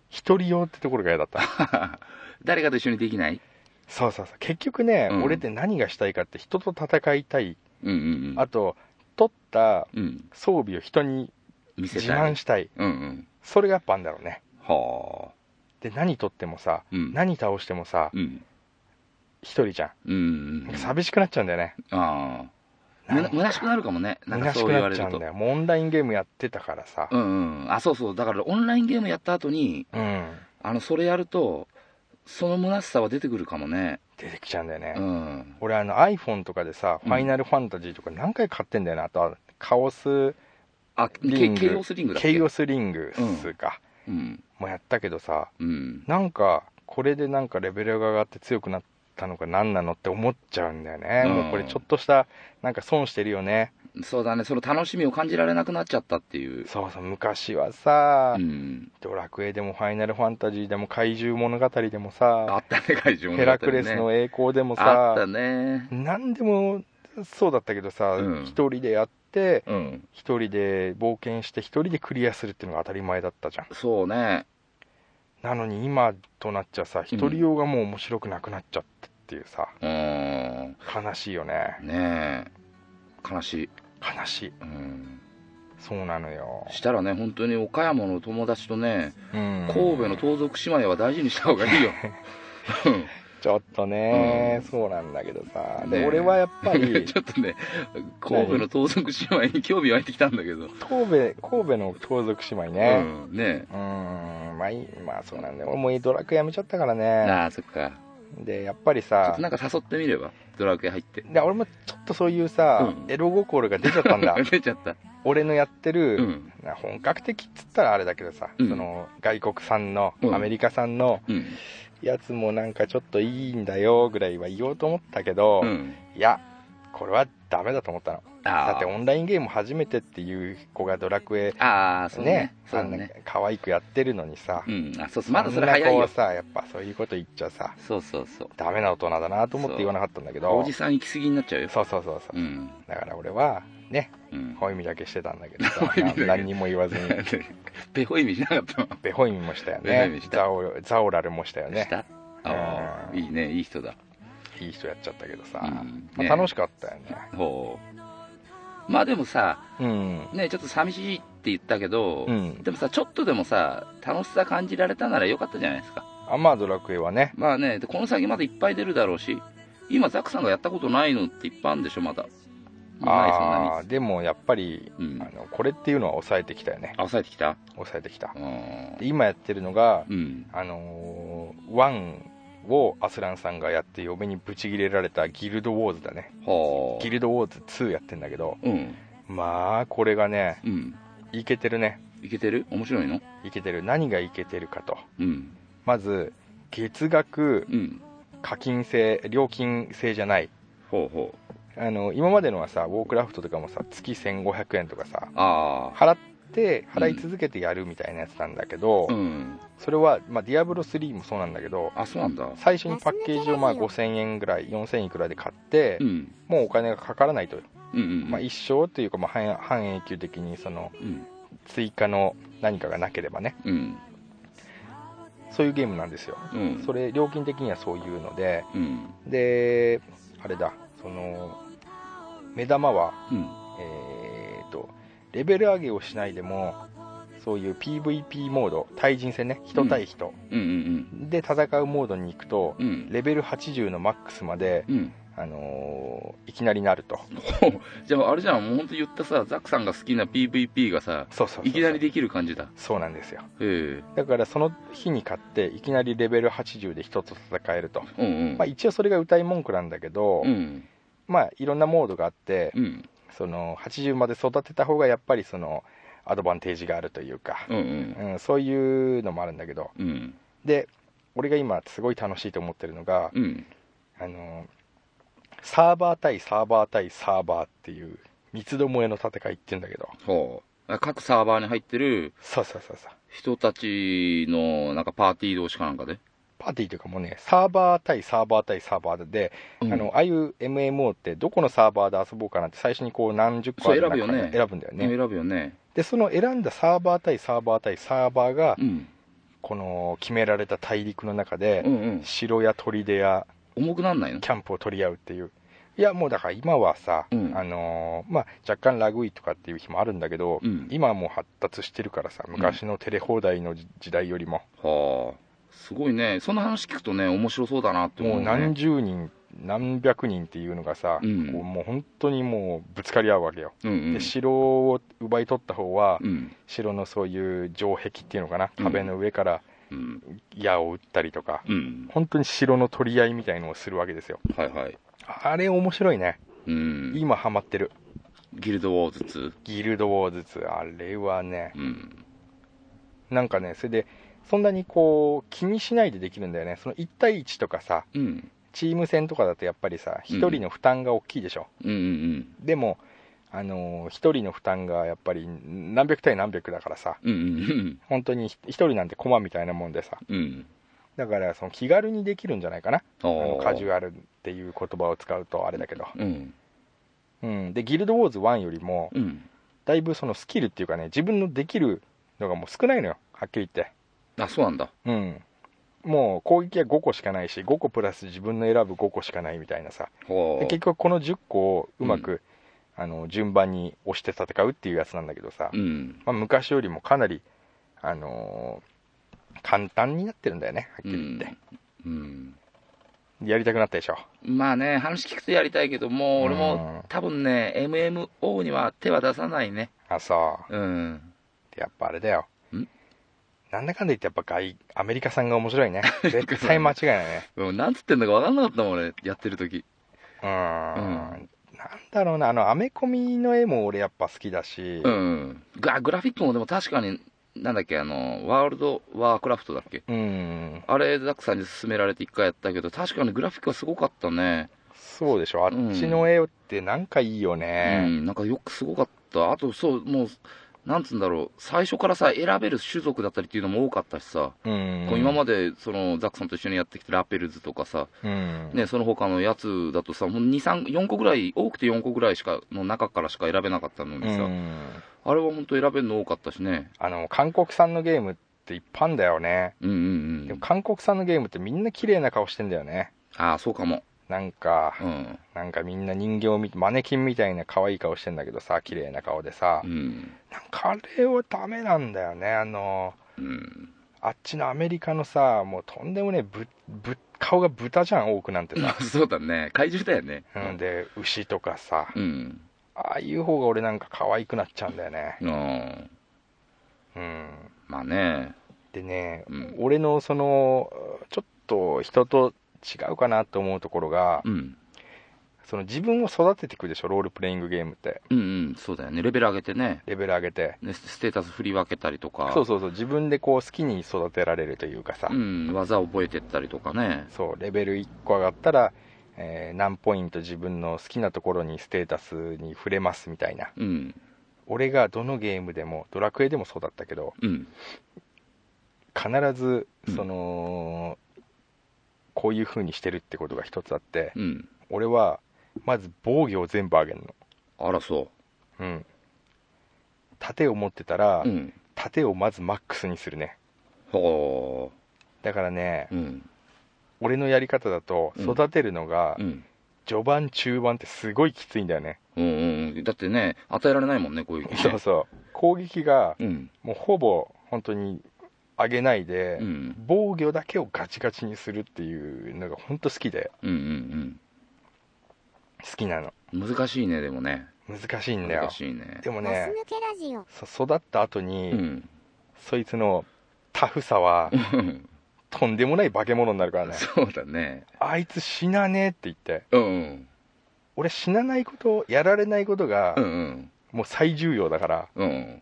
Speaker 4: 一人用ってところが嫌だった
Speaker 3: 誰かと一緒にできない
Speaker 4: そうそうそう結局ね、
Speaker 3: うん
Speaker 4: 俺って何がしたいかって人と戦いたい、
Speaker 3: うんうんうん。
Speaker 4: あと取った
Speaker 3: うん。
Speaker 4: 装備を人に
Speaker 3: 見せ
Speaker 4: 自
Speaker 3: たい
Speaker 4: 慢。したい
Speaker 3: うんうん。
Speaker 4: それがやっぱあんだろうね
Speaker 3: はあ。
Speaker 4: で何取ってもさ
Speaker 3: うん。
Speaker 4: 何倒してもさ
Speaker 3: うん。
Speaker 4: 一人じゃ
Speaker 3: うんうんうんん。
Speaker 4: 寂しくなっちゃうんだよね
Speaker 3: ああ。む
Speaker 4: なん
Speaker 3: な
Speaker 4: か
Speaker 3: 虚しくなるかもね。なんか
Speaker 4: 虚し
Speaker 3: そう
Speaker 4: く
Speaker 3: 言
Speaker 4: な
Speaker 3: わ
Speaker 4: っ
Speaker 3: れ
Speaker 4: ちゃ
Speaker 3: る
Speaker 4: う
Speaker 3: と
Speaker 4: んだ。よもうオンラインゲームやってたからさ
Speaker 3: うんうん。あ、そうそう。だからオンラインゲームやった後に、
Speaker 4: うん、
Speaker 3: あの、それやると、その虚しさは出てくるかもね。
Speaker 4: 出てきちゃうんだよね、
Speaker 3: うん。
Speaker 4: 俺あの iPhone とかでさ「
Speaker 3: う
Speaker 4: フ
Speaker 3: ん
Speaker 4: ァイナルファンタジー」とか何回買ってんだよなあとはカオス
Speaker 3: あ、ケ
Speaker 4: リング
Speaker 3: ケイオスリングだっけ
Speaker 4: ケイオスリングスか、
Speaker 3: うん。
Speaker 4: もうやったけどさ
Speaker 3: うん。
Speaker 4: なんかこれでなんかレベルが上がって強くなったのか何なのって思っちゃうんだよね、
Speaker 3: うん
Speaker 4: もうこれちょっとしたなんか損してるよね
Speaker 3: そうだね。その楽しみを感じられなくなっちゃったっていう。
Speaker 4: そうそう昔はさ、
Speaker 3: うん。
Speaker 4: ドラクエでも「ファイナルファンタジー」でも「怪獣物語」でもさ
Speaker 3: あったね、会場の、ね。
Speaker 4: ヘラクレスの栄光でも
Speaker 3: あっ
Speaker 4: さ
Speaker 3: たね。
Speaker 4: 何でもそうだったけどさ一、
Speaker 3: うん
Speaker 4: 人でやって
Speaker 3: うん。
Speaker 4: 一人で冒険して一人でクリアするっていうのが当たり前だったじゃん
Speaker 3: そうね。
Speaker 4: なのに今となっちゃさ一人用がもう面白くなくなっちゃったっていうさ
Speaker 3: うーん。
Speaker 4: 悲しいよね
Speaker 3: ねえ。悲しい。
Speaker 4: 悲しい
Speaker 3: うん。
Speaker 4: そうなのよ、
Speaker 3: したらね、本当に岡山の友達とね、
Speaker 4: うん
Speaker 3: 神戸の盗賊姉妹は大事にした方がいいよ。
Speaker 4: ちょっとね、
Speaker 3: うん
Speaker 4: そうなんだけどさ
Speaker 3: ね
Speaker 4: で
Speaker 3: え
Speaker 4: 俺はやっぱ
Speaker 3: う
Speaker 4: り
Speaker 3: ん ちょっとね、神戸の盗賊姉妹に興味湧いてきたんだけ ど。
Speaker 4: 神戸神戸の盗賊姉妹
Speaker 3: う
Speaker 4: ね
Speaker 3: ん。ね
Speaker 4: うんまあいいまあそうなんだよ俺もうドラクエやめちゃったから
Speaker 3: え。
Speaker 4: ね
Speaker 3: ああ、そっか。
Speaker 4: でやっぱり
Speaker 3: ちょ
Speaker 4: さ
Speaker 3: っとなんか誘ってみればドラクエ入って。
Speaker 4: で俺もちょっとそういうさ、
Speaker 3: うん
Speaker 4: エロ心が出ち ゃったんだ
Speaker 3: 出ちゃった。
Speaker 4: 俺のやってる、
Speaker 3: うん。
Speaker 4: な本格的っつったらあれだけどさ、
Speaker 3: うん
Speaker 4: その外国産の、
Speaker 3: うん
Speaker 4: アメリカ産の
Speaker 3: うん。
Speaker 4: やつもなんかちょっといいんだよぐらいは言おうと思ったけど、
Speaker 3: うん。
Speaker 4: いやこれはダメだと思ったの
Speaker 3: あ
Speaker 4: だってオンラインゲーム初めてっていう子がドラクエ
Speaker 3: あ。ああ、そうね
Speaker 4: ね。
Speaker 3: そ
Speaker 4: あ
Speaker 3: うん
Speaker 4: な
Speaker 3: ね。
Speaker 4: 可愛くやってるのにさ、
Speaker 3: うん。あ、そうそう。まだそれ
Speaker 4: んな
Speaker 3: 早い
Speaker 4: 子
Speaker 3: よ
Speaker 4: は。さやっぱそういうこと言っちゃさ
Speaker 3: そうそうそう。
Speaker 4: ダメな大人だなと思って言わなかったんだけど
Speaker 3: おじさん行き過ぎになっちゃうよ。
Speaker 4: そうそうそうそう、
Speaker 3: うん。
Speaker 4: だから俺はね
Speaker 3: うん。
Speaker 4: ホイミだけしてたんだけど
Speaker 3: ホ
Speaker 4: さ
Speaker 3: イミだけ
Speaker 4: な何にも言わずに
Speaker 3: ペホイミしなかったの
Speaker 4: ベホイミもしたよ
Speaker 3: ベホイミ
Speaker 4: ね
Speaker 3: した
Speaker 4: ザオザオラルもしたよね
Speaker 3: したああ、
Speaker 4: うん
Speaker 3: いいね、いい人だ。
Speaker 4: いい人やっちゃったけどさ、
Speaker 3: うん
Speaker 4: まあ
Speaker 3: ね
Speaker 4: 楽しかったよね
Speaker 3: ほう。まあでもさ、
Speaker 4: うん
Speaker 3: ね、ちょっと寂しいって言ったけど、
Speaker 4: うん
Speaker 3: でもさ、ちょっとでもさ、楽しさ感じられたならよかったじゃないですか。
Speaker 4: あまあドラクエはね
Speaker 3: まあねでこの先まだいっぱい出るだろうし今ザクさんがやったことないのっていっぱいあるんでしょまだないそんな
Speaker 4: ああーでもやっぱり、
Speaker 3: うん
Speaker 4: あのこれっていうのは抑えてきたよね
Speaker 3: にあ抑えてきた
Speaker 4: 抑えてきた
Speaker 3: うー
Speaker 4: で今やってるのが、
Speaker 3: うん
Speaker 4: あのーワンをアスランさんがやって嫁にブチギレられたギルドウォーズだね
Speaker 3: は
Speaker 4: ギルドウォーズ2やってんだけど
Speaker 3: あうん
Speaker 4: まあこれがね
Speaker 3: うん
Speaker 4: いけてるね
Speaker 3: いけてる面白いの
Speaker 4: いけてる何がいけてるかと
Speaker 3: うん
Speaker 4: まず月額
Speaker 3: うん
Speaker 4: 課金制料金制じゃない
Speaker 3: ほうほう
Speaker 4: あの今までのはさウォークラフトとかもさ月1500円とかさ
Speaker 3: ああ
Speaker 4: 払って払い続けてやるみたいなやつなんだけど、
Speaker 3: うん
Speaker 4: それは、まあ、ディアブロ3もそうなんだけど
Speaker 3: あそうなんだ
Speaker 4: 最初にパッケージをまあ
Speaker 5: 安いやつ
Speaker 4: 5000円ぐらい4000円いくらで買って、
Speaker 3: うん
Speaker 4: もうお金がかからないと、
Speaker 3: うんうん
Speaker 4: まあ、一生というか、まあ、半半永久的にその
Speaker 3: うん
Speaker 4: 追加の何かがなければね
Speaker 3: うん
Speaker 4: そういうゲームなんですよ
Speaker 3: うん
Speaker 4: それ料金的にはそういうので
Speaker 3: うん
Speaker 4: であれだその目玉は
Speaker 3: うん
Speaker 4: えーとレベル上げをしないでもそういう PVP モード対人戦ね人対人
Speaker 3: うんうん
Speaker 4: で戦うモードに行くと
Speaker 3: うんうん
Speaker 4: レベル80のマックスまで、
Speaker 3: うん
Speaker 4: あのーいきなりなると
Speaker 3: ほうじゃああれじゃんもうほんと言ったさザクさんが好きな PVP がさ
Speaker 4: そうそうそうそう
Speaker 3: いきなりできる感じだ
Speaker 4: そうなんですよ
Speaker 3: へ
Speaker 4: だからその日に買っていきなりレベル80で人と戦えると、
Speaker 3: えうんうん
Speaker 4: まあ、一応それが歌い文句なんだけど、
Speaker 3: うん
Speaker 4: まあいろんなモードがあって、
Speaker 3: うん
Speaker 4: その80まで育てた方がやっぱりそのアドバンテージがあるというか
Speaker 3: う、んうん
Speaker 4: うんそういうのもあるんだけど
Speaker 3: うん
Speaker 4: で俺が今すごい楽しいと思ってるのが、
Speaker 3: うん
Speaker 4: あのサーバー対サーバー対サーバーっていう三つどもえの戦いっていうんだけど
Speaker 3: ほう各サーバーに入ってる
Speaker 4: そうそうそうそう
Speaker 3: 人たちのなんかパーティー同士かなんかで、
Speaker 4: パーティーというかもうねサーバー対サーバー対サーバーで、あのああいう MMO ってどこのサーバーで遊ぼうかなって最初にこう何十個ある
Speaker 3: そう選ぶよね
Speaker 4: 中から選ぶんだよね
Speaker 3: 選ぶよね
Speaker 4: でその選んだサーバー対サーバー対サーバーが、
Speaker 3: うん
Speaker 4: この決められた大陸の中で、
Speaker 3: うんうん
Speaker 4: 城や砦や
Speaker 3: 重くなんないの
Speaker 4: キャンプを取り合うっていういやもうだから今はさ、
Speaker 3: うん
Speaker 4: あのーまあ、若干ラグいとかっていう日もあるんだけど、
Speaker 3: うん
Speaker 4: 今はもう発達してるからさ昔のテレ放題の時時代よりも、
Speaker 3: はあすごいねそんな話聞くとね面白そうだなって思
Speaker 4: も
Speaker 3: う
Speaker 4: う
Speaker 3: ね
Speaker 4: 何十人何百人っていうのがさ、
Speaker 3: うん
Speaker 4: こうもう本当にもうぶつかり合うわけよ、
Speaker 3: うんうん
Speaker 4: で城を奪い取った方は、
Speaker 3: うん
Speaker 4: 城のそういう城壁っていうのかな
Speaker 3: うん
Speaker 4: 壁の上から
Speaker 3: うん
Speaker 4: 矢を撃ったりとか、
Speaker 3: うん
Speaker 4: 本当に城の取り合いみたいのをするわけですよ
Speaker 3: はいはい
Speaker 4: あれ面白いね
Speaker 3: うん
Speaker 4: 今ハマってる
Speaker 3: ギルドウォーズ
Speaker 4: ギルドウォーズ2あれはね
Speaker 3: 2うん
Speaker 4: なんかねそれでそんなにこう気にしないでできるんだよねその1対1とかさ
Speaker 3: うん
Speaker 4: チーム戦とかだとやっぱりさ
Speaker 3: うん
Speaker 4: 1人の負担が大きいでしょ、
Speaker 3: うんうん
Speaker 4: でも、あのー、1人の負担がやっぱり何百対何百だからさ
Speaker 3: うんうんうん
Speaker 4: 本当に1人なんて駒みたいなもんでさ
Speaker 3: うんうん
Speaker 4: だからその気軽にできるんじゃないかな
Speaker 3: あ
Speaker 4: あの
Speaker 3: ー
Speaker 4: カジュアルっていう言葉を使うとあれだけど、
Speaker 3: うん
Speaker 4: うん、でギルドウォーズ1よりも
Speaker 3: うん
Speaker 4: だいぶそのスキルっていうかね自分のできるのがもう少ないのよはっきり言って
Speaker 3: あそうなんだ
Speaker 4: うんもう攻撃は5個しかないし5個プラス自分の選ぶ5個しかないみたいなさ
Speaker 3: は
Speaker 4: で
Speaker 3: あ
Speaker 4: 結局この10個をうまく、あの順番に押して戦うっていうやつなんだけどさ、
Speaker 3: うん
Speaker 4: まあ、昔よりもかなり、あのー簡単になってるんだよねはっき
Speaker 3: う
Speaker 4: り言
Speaker 3: ん
Speaker 4: って、
Speaker 3: うん
Speaker 4: やりたくなったでしょ
Speaker 3: まあね、話聞くとやりたいけど、もう俺も
Speaker 4: うん
Speaker 3: 多分ね、MMO には手は出さないね。
Speaker 4: あそう
Speaker 3: うん。
Speaker 4: でやっぱあれだよ
Speaker 3: ん
Speaker 4: なんだかんだ言ってやっぱ外アメリカさんが面白いね絶対間違いないね
Speaker 3: もうなんつってんだか分かんなかったもん、俺、やってる時
Speaker 4: うーん、
Speaker 3: う
Speaker 4: なんだろうなあのアメコミの絵も俺やっぱ好きだし、
Speaker 3: うん。がグラフィックもでも確かに、なんだっけ、あの、ワールドワークラフトだっけ。
Speaker 4: うん
Speaker 3: あれ、ザックさんに勧められて一回やったけど、確かにグラフィックはすごかったね。
Speaker 4: そうでしょあっちの絵ってなんかいいよ
Speaker 3: う
Speaker 4: ね、
Speaker 3: ん、なんかよくすごかった。あと、そう、もう、なんつうんだろう、最初からさ、選べる種族だったりっていうのも多かったしさ、
Speaker 4: うん
Speaker 3: こう今まで、その、ザックさんと一緒にやってきたラペルズとかさ、
Speaker 4: うん
Speaker 3: ね、その他のやつだとさ、もう2、3、4個ぐらい、多くて4個ぐらいしか、の中からしか選べなかったの
Speaker 4: う
Speaker 3: にさ、
Speaker 4: ん
Speaker 3: あれは本当選べるの多かったしね。
Speaker 4: あの韓国産のゲームっていっぱいあんだよね
Speaker 3: うんうんう
Speaker 4: でも
Speaker 3: ん。
Speaker 4: 韓国産のゲームってみんな綺麗な顔してんだよね
Speaker 3: ああ、そうかも。
Speaker 4: なんか、
Speaker 3: うん。
Speaker 4: なんかみんな人形みマネキンみたいな可愛い顔してんだけどさ綺麗な顔でさ、
Speaker 3: うん。
Speaker 4: なんかあれはダメなんだよねあの
Speaker 3: うん。
Speaker 4: あっちのアメリカのさもうとんでもねえぶぶ顔が豚じゃん多くなんてさ、
Speaker 3: そうだね怪獣だよね
Speaker 4: うん、で牛とかさ
Speaker 3: うん
Speaker 4: ああいう方が俺なんか可愛くなっちゃうんだよね
Speaker 3: うん
Speaker 4: うん
Speaker 3: まあね
Speaker 4: でね、
Speaker 3: うん
Speaker 4: 俺のそのちょっと人と違うかなと思うところが、
Speaker 3: うん
Speaker 4: その自分を育てていくでしょロールプレイングゲームって
Speaker 3: うんうんそうだよねレベル上げてね
Speaker 4: レベル上げて
Speaker 3: ねスステータス振り分けたりとか
Speaker 4: そうそうそう自分でこう好きに育てられるというかさ、
Speaker 3: うん、技を覚えてったりとかね
Speaker 4: そうレベル1個上がったら、えー何ポイント自分の好きなところにステータスに触れますみたいな
Speaker 3: うん
Speaker 4: 俺がどのゲームでもドラクエでもそうだったけど
Speaker 3: うん
Speaker 4: 必ず
Speaker 3: うん
Speaker 4: その、こういう風にしてるってことが一つあって
Speaker 3: うん
Speaker 4: 俺はまず防御を全部上げるの
Speaker 3: あらそ
Speaker 4: うん盾を持ってたら、
Speaker 3: ううん
Speaker 4: 盾をまずマックスにするね
Speaker 3: ほ
Speaker 4: だからね、
Speaker 3: ううん
Speaker 4: 俺のやり方だと
Speaker 3: うん
Speaker 4: 育てるのが
Speaker 3: うん
Speaker 4: 序盤中盤ってすごいきついんだよね、
Speaker 3: うんうんだってね与えられないもんねこういう機
Speaker 4: そうそう攻撃が
Speaker 3: うん
Speaker 4: もうほぼ本当に上げないで、
Speaker 3: うん
Speaker 4: 防御だけをガチガチにするっていうのが本当好きで
Speaker 3: うんうん
Speaker 4: 好きなの
Speaker 3: うん難しいねでもね
Speaker 4: 難しいんだよ
Speaker 3: 難しいね
Speaker 4: でも
Speaker 5: ガス
Speaker 4: ね
Speaker 5: 抜けラジオ。
Speaker 4: そ育った後に、
Speaker 3: うん
Speaker 4: そいつのタフさは
Speaker 3: うん
Speaker 4: とんでもない化け物になるからね
Speaker 3: そうだね
Speaker 4: あいつ死なねえって言って
Speaker 3: うんうん
Speaker 4: 俺死なないことやられないことが
Speaker 3: うんうん
Speaker 4: もう最重要だから
Speaker 3: うん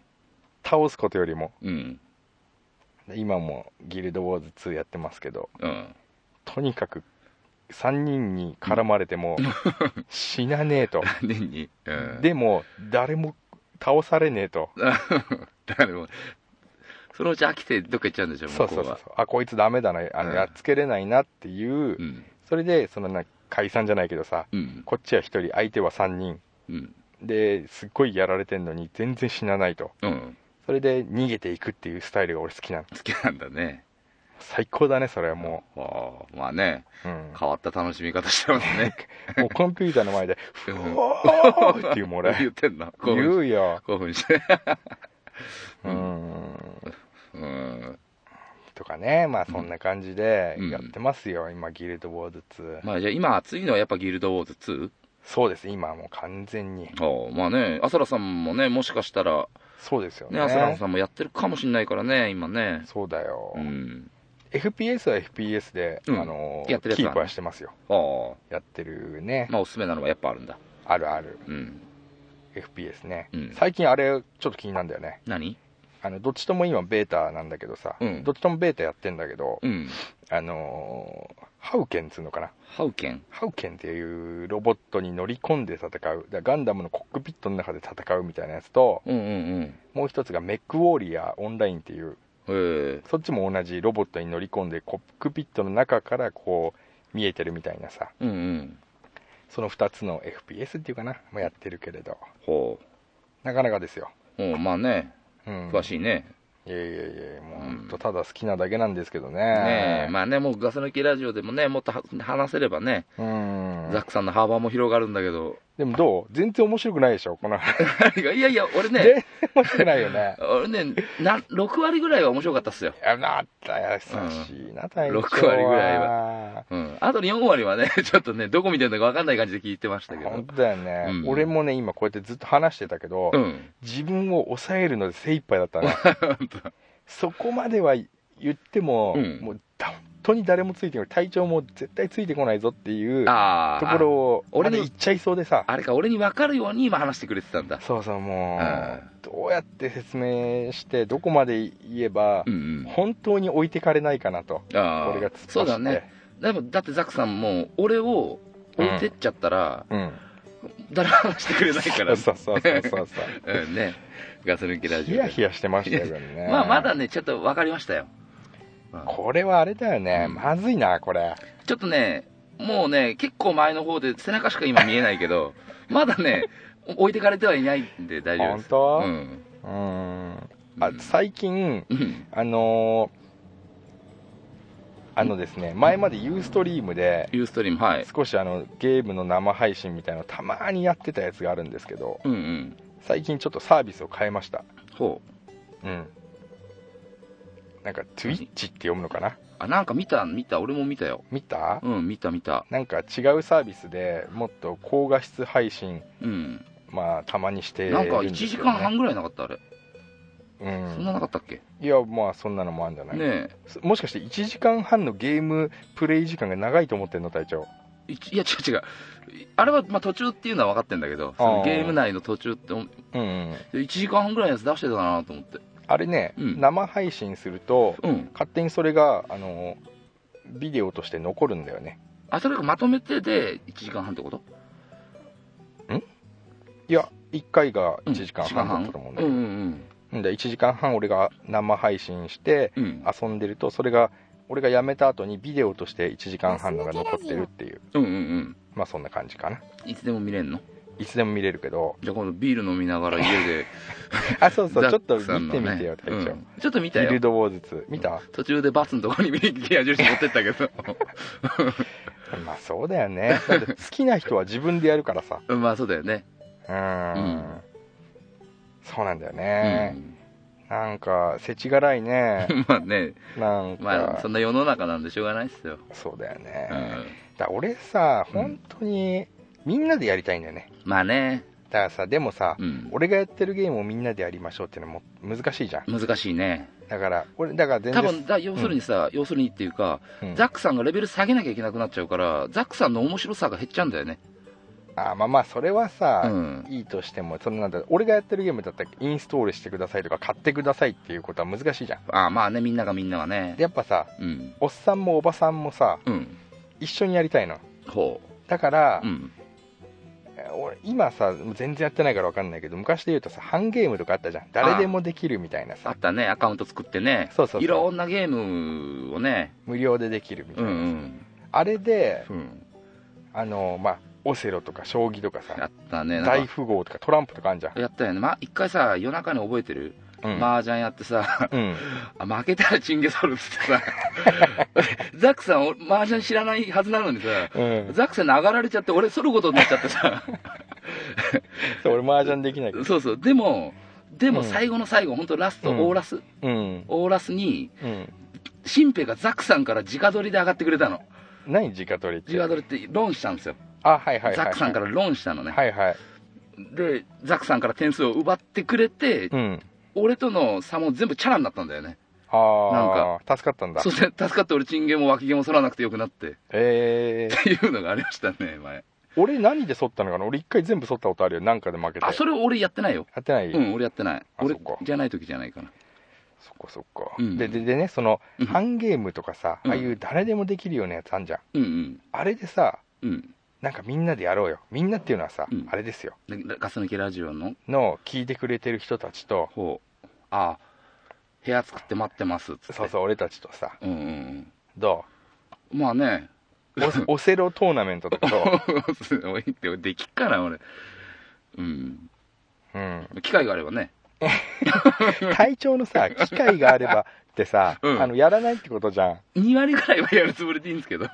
Speaker 4: 倒すことよりも
Speaker 3: うん
Speaker 4: 今もギルドウォーズ2やってますけど
Speaker 3: うん
Speaker 4: とにかく3人に絡まれても死なねえと
Speaker 3: でにうん
Speaker 4: でも誰も倒されねえと
Speaker 3: なるほどそのうち飽きてどっか行っちゃうんでしょ
Speaker 4: そう
Speaker 3: 向
Speaker 4: そ
Speaker 3: こ
Speaker 4: う
Speaker 3: う
Speaker 4: そう
Speaker 3: は
Speaker 4: あこいつダメだなあ
Speaker 3: う
Speaker 4: の
Speaker 3: ん
Speaker 4: やっつけれないなっていう
Speaker 3: う、ん
Speaker 4: それでそのな解散じゃないけどさ
Speaker 3: うん
Speaker 4: こっちは1人相手は3人
Speaker 3: うん
Speaker 4: ですっごいやられてんのに全然死なないと
Speaker 3: うん
Speaker 4: それで逃げていくっていうスタイルが俺好きなの
Speaker 3: 好きなんだね
Speaker 4: 最高だねそれはも
Speaker 3: ああまあね
Speaker 4: う、うん、
Speaker 3: 変わった楽しみ方してます ね
Speaker 4: もうコンピューターの 前で「
Speaker 3: う
Speaker 4: ふ
Speaker 3: ん
Speaker 4: おー!」っていうも う
Speaker 3: 言
Speaker 4: 俺
Speaker 3: ってんの興
Speaker 4: 言
Speaker 3: 奮し
Speaker 4: うよ
Speaker 3: 興奮して
Speaker 4: うん
Speaker 3: うん
Speaker 4: とかねまあそんな感じで
Speaker 3: うん
Speaker 4: やってますよ、今ギルドウォーズ2、
Speaker 3: まあじゃあ今熱いのはやっぱギルドウォーズ 2?
Speaker 4: そうです今はもう完全に
Speaker 3: ああまあね、アサラさんもね、もしかしたら、
Speaker 4: そうですよね
Speaker 3: ね、アサラさんもやってるかもしれないからね、今ね。
Speaker 4: そうだよ、
Speaker 3: うん。
Speaker 4: FPS は FPS で、
Speaker 3: うん
Speaker 4: あの
Speaker 3: やってるやつはね
Speaker 4: キープはしてますよ
Speaker 3: ああ、
Speaker 4: やってるね、
Speaker 3: まあおすすめなのはやっぱあるんだ。
Speaker 4: あるある
Speaker 3: うん。
Speaker 4: FPS ね、
Speaker 3: うん
Speaker 4: 最近あれちょっと気になるんだよね
Speaker 3: 何
Speaker 4: あのどっちとも今ベータなんだけどさ、
Speaker 3: うん
Speaker 4: どっちともベータやってんだけど、
Speaker 3: うん。
Speaker 4: あのーハウケンっつうのかな
Speaker 3: ハウケン。
Speaker 4: ハウケンっていうロボットに乗り込んで戦うだからガンダムのコックピットの中で戦うみたいなやつと
Speaker 3: うんうん
Speaker 4: もう一つがメックウォーリアーオンラインっていう
Speaker 3: うん。へえ。
Speaker 4: そっちも同じロボットに乗り込んでコックピットの中からこう見えてるみたいなさ
Speaker 3: うんうん。
Speaker 4: その2つの FPS っていうかな、まあ、やってるけれど
Speaker 3: ほ
Speaker 4: なかなかですよ、
Speaker 3: う。おうまあね、
Speaker 4: うん、
Speaker 3: 詳しいね。
Speaker 4: いやいやいやもう
Speaker 3: うん
Speaker 4: 本当ただ好きなだけなんですけどね
Speaker 3: ねえ、まあね、もうガス抜きラジオでもね、もっとは話せればね、
Speaker 4: うん
Speaker 3: ザックさんの幅も広がるんだけど、
Speaker 4: でもどう全然面白くないでしょこの話
Speaker 3: いやいや、俺
Speaker 4: 全
Speaker 3: ね、
Speaker 4: 然面白くないよね
Speaker 3: 俺ね、な6割ぐらいは面白かったっすよ。
Speaker 4: いやなった優しいな隊長は、
Speaker 3: 六割ぐらいうん、あと4割はね、 ちょっとね、どこ見てるのか分かんない感じで聞いてましたけど
Speaker 4: 本、当だよね、
Speaker 3: うん
Speaker 4: 俺もね今こうやってずっと話してたけど、
Speaker 3: うん、
Speaker 4: 自分を抑えるので精一杯 だったねそこまでは言っても、
Speaker 3: うん
Speaker 4: もう本当に誰もついてこない体調も絶対ついてこないぞっていうと
Speaker 3: ああ、
Speaker 4: ころを
Speaker 3: 俺
Speaker 4: 俺
Speaker 3: に
Speaker 4: に言っちゃいそうでさ
Speaker 3: あれか、俺に分かるように今話してくれてたんだ。
Speaker 4: そうそうも
Speaker 3: う
Speaker 4: う、
Speaker 3: ん
Speaker 4: どうやって説明してどこまで言えば
Speaker 3: うんうん。
Speaker 4: 本当に置いてかれないかなと、
Speaker 3: あ
Speaker 4: 俺が
Speaker 3: あ
Speaker 4: 突っ走っ、て
Speaker 3: そうだね。でも、だってザクさんも、俺を置いてっちゃったら、
Speaker 4: うん、
Speaker 3: 誰も話してくれないから、
Speaker 4: そうそうそうそうそう
Speaker 3: うんね、ガス抜きラジオで。
Speaker 4: ヒヤヒヤしてましたよね
Speaker 3: まあ、まだね、ちょっと分かりましたよ。
Speaker 4: これはあれだよね、
Speaker 3: うん
Speaker 4: まずいなこれ
Speaker 3: ちょっとね、もうね、結構前の方で背中しか今見えないけど、 まだね、置いてかれてはいないんで大丈夫です。
Speaker 4: 本当
Speaker 3: うん。
Speaker 4: うーん
Speaker 3: うん
Speaker 4: あ最近
Speaker 3: うん。
Speaker 4: あのーあのですね前までユーストリームで
Speaker 3: ユーストリーム、はい。
Speaker 4: 少しあのゲームの生配信みたいなのたまーにやってたやつがあるんですけど
Speaker 3: うんうん。
Speaker 4: 最近ちょっとサービスを変えました
Speaker 3: ほ
Speaker 4: うんなんか Twitch って読むのかな
Speaker 3: あなんか見た見た俺も見たよ
Speaker 4: 見た
Speaker 3: うん見た見た
Speaker 4: なんか違うサービスでもっと高画質配信
Speaker 3: うん
Speaker 4: まあたまにしてる
Speaker 3: なんか
Speaker 4: ん
Speaker 3: 1
Speaker 4: です
Speaker 3: 時
Speaker 4: よ
Speaker 3: 間半
Speaker 4: ね
Speaker 3: ぐらいなかったあれ、
Speaker 4: うん
Speaker 3: そんななかったっけ
Speaker 4: いやまあそんなのもあるんじゃない、
Speaker 3: ね
Speaker 4: もしかして1時間半のゲームプレイ時間が長いと思ってんの隊長
Speaker 3: えいいや違う違うあれはまあ途中っていうのは分かってんだけどそのゲーム内の途中って
Speaker 4: うん、うん、
Speaker 3: 1時間半ぐらいのやつ出してたなと思って
Speaker 4: あれね、
Speaker 3: うん
Speaker 4: 生配信すると
Speaker 3: うん
Speaker 4: 勝手にそれがあのビデオとして残るんだよね
Speaker 3: あそれがまとめてで1時間半ってこと
Speaker 4: いや1回が
Speaker 3: う
Speaker 4: 1
Speaker 3: ん
Speaker 4: 時間半だったと思うんだ
Speaker 3: う
Speaker 4: け
Speaker 3: ん
Speaker 4: ど、
Speaker 3: うん
Speaker 4: うんで1時間半俺が生配信して
Speaker 3: うんうん
Speaker 4: 遊んでるとそれが俺がやめた後にビデオとして1時間半のが残ってるっていう
Speaker 3: うんうんうん
Speaker 4: まあそんな感じかない
Speaker 3: つでも見れんの
Speaker 4: いつでも見れるけど
Speaker 3: じゃあ今度ビール飲みながら家で
Speaker 4: あそうそうち
Speaker 3: ザ
Speaker 4: ょっと
Speaker 3: ックさん
Speaker 4: 見
Speaker 3: のね
Speaker 4: てみてよ隊長、
Speaker 3: うんちょっと見
Speaker 4: ビ
Speaker 3: た
Speaker 4: ル
Speaker 3: よ
Speaker 4: ドウォーズ2見た、
Speaker 3: 途中でバスのとこに見に矢印持ってった けど
Speaker 4: まあそうだよねだって好きな人は自分でやるからさ
Speaker 3: うんまあそうだよね
Speaker 4: うーん
Speaker 3: うん
Speaker 4: そうなんだよ
Speaker 3: う
Speaker 4: ね、
Speaker 3: ん
Speaker 4: なんかせちがら いね
Speaker 3: まあね
Speaker 4: なんか、
Speaker 3: まあそ
Speaker 4: そ
Speaker 3: んな世の中なんでしょうがないっすよ
Speaker 4: うだよね、
Speaker 3: う
Speaker 4: だか
Speaker 3: ん
Speaker 4: ら俺さ
Speaker 3: うん
Speaker 4: 本当にみんなでやりたいんだよね
Speaker 3: まあね
Speaker 4: だからさでもさ、
Speaker 3: うん
Speaker 4: 俺がやってるゲームをみんなでやりましょうっていうのも難しいじゃん
Speaker 3: 難しいね
Speaker 4: だから俺だから全
Speaker 3: 多
Speaker 4: 然
Speaker 3: 分だ要するにさ、要するにっていうか、
Speaker 4: うん
Speaker 3: ザックさんがレベル下げなきゃいけなくなっちゃうからザックさんの面白さが減っちゃうんだよね
Speaker 4: あまあまあそれは
Speaker 3: う
Speaker 4: さ、
Speaker 3: ん
Speaker 4: いいとしてもそのなんだ俺がやってるゲームだったらインストールしてくださいとか買ってくださいっていうことは難しいじゃん
Speaker 3: ああまあねみんながみんながね
Speaker 4: でやっぱさ
Speaker 3: うん
Speaker 4: おっさんもおばさんもさ
Speaker 3: うん
Speaker 4: 一緒にやりたいの
Speaker 3: ほ
Speaker 4: だから
Speaker 3: うう、ん
Speaker 4: 俺今さ全然やってないから分かんないけど昔で言うとさハンゲームとかあったじゃん誰でもできるみたいな
Speaker 3: あ
Speaker 4: さ
Speaker 3: ったねアカウント作ってね
Speaker 4: そうそうそう
Speaker 3: ろんなゲームをね
Speaker 4: 無料でできるみた
Speaker 3: う
Speaker 4: い
Speaker 3: ん
Speaker 4: な、
Speaker 3: うん
Speaker 4: あれで
Speaker 3: うん
Speaker 4: あのまあオセロとか将棋とか
Speaker 3: や
Speaker 4: さ
Speaker 3: ったねな
Speaker 4: 大
Speaker 3: ん
Speaker 4: 富豪とかトランプとかあんじゃん
Speaker 3: かやったよねまあ一回さ夜中に覚えてる、
Speaker 4: うん、
Speaker 3: 麻雀やってさ
Speaker 4: うん、
Speaker 3: あ負けたらチンゲソルっつってさ ザックさん俺麻雀知らないはずなのにさ
Speaker 4: うん、
Speaker 3: ザックさんに上がられちゃって俺そることになっちゃってさ
Speaker 4: そう俺麻雀できないけど
Speaker 3: そうそうでもでも
Speaker 4: うん
Speaker 3: 最後の最後、本当ラスト、
Speaker 4: うん
Speaker 3: オーラス
Speaker 4: うん
Speaker 3: オーラスに
Speaker 4: うん
Speaker 3: 新兵がザックさんから直撮りで上がってくれたの
Speaker 4: 何直取りって
Speaker 3: 直撮りってロンしたんですよ、
Speaker 4: あはいはいはい、はい、
Speaker 3: ザックさんからロンしたのね、
Speaker 4: はいはい
Speaker 3: でザックさんから点数を奪ってくれて、
Speaker 4: うん
Speaker 3: 俺との差も全部チャラになったんだよね
Speaker 4: ああ助かったんだ
Speaker 3: そして助かって俺チンゲも脇毛も剃らなくてよくなってっ
Speaker 4: えー、
Speaker 3: ていうのがありましたね前
Speaker 4: 俺何で剃ったのかな俺一回全部剃ったことあるよなんかで負けて
Speaker 3: あそれ俺やってないよ
Speaker 4: やってない、
Speaker 3: うん俺やってない
Speaker 4: あ
Speaker 3: 俺
Speaker 4: そっか
Speaker 3: じゃない時じゃないかな
Speaker 4: そっかそっか、
Speaker 3: うん
Speaker 4: でででねその、
Speaker 3: うん
Speaker 4: ハンゲームとかさ
Speaker 3: うん
Speaker 4: ああいう誰でもできるようなやつあんじゃん
Speaker 3: うん
Speaker 4: あれでさ
Speaker 3: うんうん
Speaker 4: なんかみんなでやろうよみんなっていうのはさ、
Speaker 3: うん
Speaker 4: あれですよ
Speaker 3: でガス抜けラジオの
Speaker 4: の聞いてくれてる人たちと
Speaker 3: 方あ部屋作って待ってますっつって
Speaker 4: そうそう俺たちとさ
Speaker 3: うんうん
Speaker 4: ど
Speaker 3: うんまあね
Speaker 4: うオオセロトーナメントとかど
Speaker 3: すごいってできっかな俺うん
Speaker 4: う、うん、
Speaker 3: 機会があればね
Speaker 4: 体調のさ機会があればってさ、
Speaker 3: うん
Speaker 4: あのやらないってことじゃん
Speaker 3: 2割ぐらいはやるつもりでいいんですけど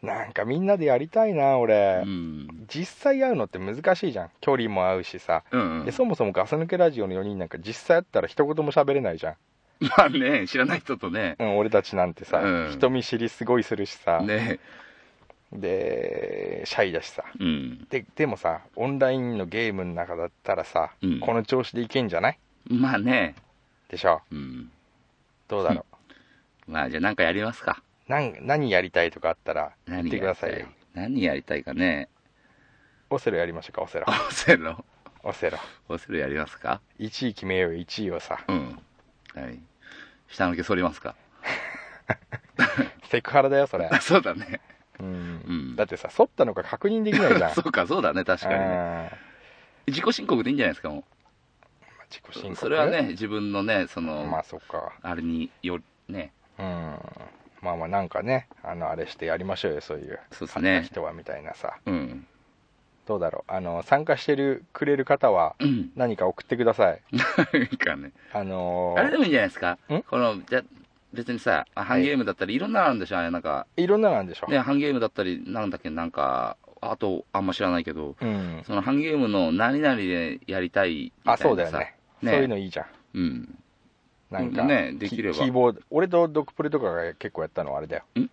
Speaker 4: なんかみんなでやりたいな俺、
Speaker 3: うん
Speaker 4: 実際会うのって難しいじゃん距離も合うしさ
Speaker 3: うんうん
Speaker 4: でそもそもガス抜けラジオの4人なんか実際会ったら一言も喋れないじゃん、
Speaker 3: まあね知らない人とね
Speaker 4: うん、俺たちなんてさ、
Speaker 3: うん
Speaker 4: 人見知りすごいするしさ、
Speaker 3: ね
Speaker 4: でシャイだしさ
Speaker 3: うん
Speaker 4: ででもさオンラインのゲームの中だったらさ、
Speaker 3: うん
Speaker 4: この調子でいけんじゃない
Speaker 3: まあね
Speaker 4: でしょ
Speaker 3: うん
Speaker 4: どうだろ
Speaker 3: まあじゃあ何かやりますか
Speaker 4: うなん何やりたいとかあったら言っ
Speaker 3: 何
Speaker 4: てく
Speaker 3: や
Speaker 4: だ
Speaker 3: り
Speaker 4: さ
Speaker 3: た
Speaker 4: いよ
Speaker 3: い何やりたいかね
Speaker 4: オセロやりましょうかオセロ
Speaker 3: オセロ
Speaker 4: オセロ
Speaker 3: オセロやりますか
Speaker 4: 1位決めようよ1位をさ
Speaker 3: うんはい下の毛剃りますか
Speaker 4: セクハラだよそれ、
Speaker 3: そうだね
Speaker 4: うん
Speaker 3: うん
Speaker 4: だってさ剃ったのか確認できないじゃん
Speaker 3: そうかそうだね 確かに
Speaker 4: うん
Speaker 3: ね
Speaker 4: まあ
Speaker 3: 自己申告でいいんじゃないですかもう
Speaker 4: 自己申告
Speaker 3: それはね自分のねその、
Speaker 4: まあそっか
Speaker 3: あれによね
Speaker 4: うんまあまあなんかねあのあれしてやりましょうよそういう
Speaker 3: そうですね
Speaker 4: 人はみたいなさ
Speaker 3: うん
Speaker 4: どうだろうあの参加してるくれる方は
Speaker 3: うん
Speaker 4: 何か送ってください
Speaker 3: なんかね
Speaker 4: あのー
Speaker 3: あれでもいいんじゃないですか
Speaker 4: ん
Speaker 3: このじゃ別にさあハンゲームだったりいろんなのあるんでしょあれなんか
Speaker 4: いろんなのあるんでしょ、
Speaker 3: ねハンゲームだったりなんだっけなんかあとあんま知らないけど
Speaker 4: うん
Speaker 3: そのハンゲームの何々でやりたいみたいな
Speaker 4: あ
Speaker 3: さ
Speaker 4: そうだよねそういうのいいじゃん
Speaker 3: うん
Speaker 4: なんか、
Speaker 3: ねできれば
Speaker 4: キキーボード俺とドクプレとかが結構やったのはあれだよ
Speaker 3: ん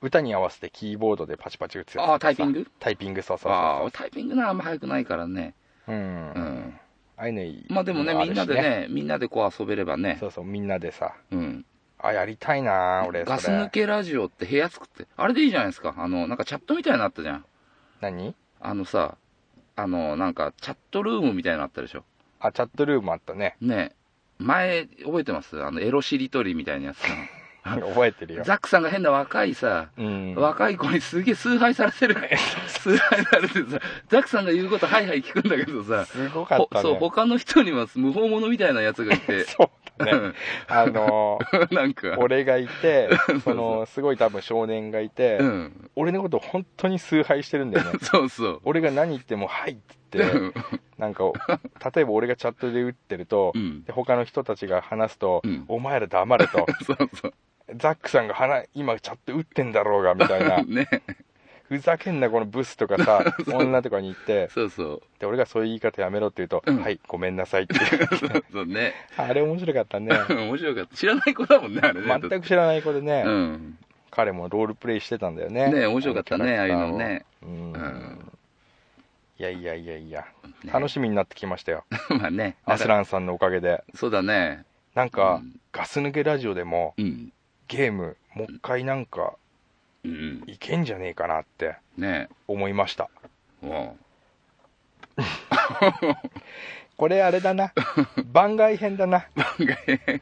Speaker 4: 歌に合わせてキーボードでパチパチ打つやつとかさ
Speaker 3: ああタイピング
Speaker 4: タイピングそうそう
Speaker 3: ああ
Speaker 4: そ
Speaker 3: 俺タイピングなあんま早くないからね
Speaker 4: ううん、
Speaker 3: うん
Speaker 4: ああいうのいい
Speaker 3: まあでもね
Speaker 4: の
Speaker 3: み
Speaker 4: る
Speaker 3: ん
Speaker 4: し
Speaker 3: なでねみんなでこう遊べればね
Speaker 4: そうそうみんなでさ
Speaker 3: うん
Speaker 4: あやりたいな俺
Speaker 3: ガス
Speaker 4: それ
Speaker 3: 抜けラジオって部屋作ってあれでいいじゃないですかあのなんかチャットみたいになったじゃん
Speaker 4: 何
Speaker 3: あのさあのなんかチャットルームみたいになったでしょ
Speaker 4: あチャットルームあったね
Speaker 3: ね前覚えてますあのエロしりとりみたいなやつさ
Speaker 4: 覚えてるよ
Speaker 3: ザックさんが変な若いさ
Speaker 4: うん
Speaker 3: 若い子にすげえ崇拝され てる崇拝されてさザックさんが言うことはいはい聞くんだけどさ
Speaker 4: すごかった
Speaker 3: ほそう
Speaker 4: ね
Speaker 3: 他の人には無法者みたいなやつがいて
Speaker 4: そうだねあの
Speaker 3: なんか
Speaker 4: 俺がいて
Speaker 3: う
Speaker 4: そのすごい多分少年がいて、
Speaker 3: うん
Speaker 4: 俺のことを本当に崇拝してるんだよね
Speaker 3: そうそう
Speaker 4: 俺が何言っても「はい」って言って
Speaker 3: うん
Speaker 4: なんか例えば俺がチャットで打ってると、
Speaker 3: うん
Speaker 4: で他の人たちが話すと「
Speaker 3: うん
Speaker 4: お前ら黙れ」 と
Speaker 3: そうそう
Speaker 4: 「ザックさんが話今チャット打ってんだろうが」みたいな
Speaker 3: ね
Speaker 4: 「ふざけんなこのブス」とかさ女とかに言って
Speaker 3: そうそう
Speaker 4: で俺がそういう言い方やめろって言うと「
Speaker 3: うん
Speaker 4: はいごめんなさい」っていう
Speaker 3: そうそうね
Speaker 4: あれ面白かったね
Speaker 3: 面白かった知らない子だもんねあれね
Speaker 4: 全く知らない子でね、
Speaker 3: うん
Speaker 4: 彼もロールプレイしてたんだよね
Speaker 3: ね面白かったねああ
Speaker 4: の
Speaker 3: い
Speaker 4: キャ
Speaker 3: う
Speaker 4: ラクター
Speaker 3: の
Speaker 4: を
Speaker 3: ね
Speaker 4: うん
Speaker 3: ん
Speaker 4: いやいやいやいや、
Speaker 3: ね
Speaker 4: 楽しみになってきましたよ
Speaker 3: まあね
Speaker 4: アスランさんのおかげで
Speaker 3: そうだね
Speaker 4: なんか、
Speaker 3: うん
Speaker 4: ガス抜けラジオでも
Speaker 3: うん
Speaker 4: ゲームもう一回なんか
Speaker 3: うん
Speaker 4: いけんじゃねえかなって
Speaker 3: ね
Speaker 4: 思いました
Speaker 3: おう
Speaker 4: これあれ だな番外編だな
Speaker 3: なんかえ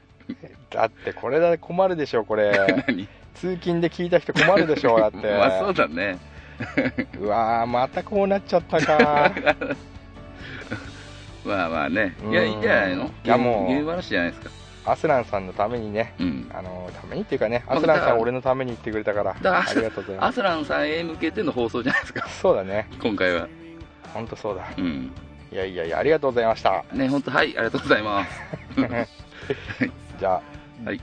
Speaker 4: だってこれだ困るでしょこれ
Speaker 3: 何
Speaker 4: 通勤で聞いた人困るでしょだって
Speaker 3: まあそうだね
Speaker 4: うわーまたこうなっちゃったか
Speaker 3: まあまあねいや
Speaker 4: うん
Speaker 3: いいんじゃないの
Speaker 4: いやもう
Speaker 3: ゲーム話じゃないですか
Speaker 4: アスランさんのためにね
Speaker 3: うん
Speaker 4: あのためにっていうかね
Speaker 3: まあ
Speaker 4: アスラン
Speaker 3: だか
Speaker 4: さ
Speaker 3: ら
Speaker 4: ん俺のために言ってくれたから
Speaker 3: だ
Speaker 4: ありがとうございま
Speaker 3: アスランさんへ向けての放送じゃないですか
Speaker 4: すそうだね
Speaker 3: 今回は
Speaker 4: 本当そうだ
Speaker 3: うん
Speaker 4: いやいやいやありがとうございました
Speaker 3: ね本当はいありがとうございます
Speaker 4: じゃあ
Speaker 3: はい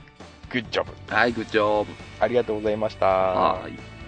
Speaker 4: グッジョブ
Speaker 3: はいグッジョブ
Speaker 4: ありがとうございました
Speaker 3: はーい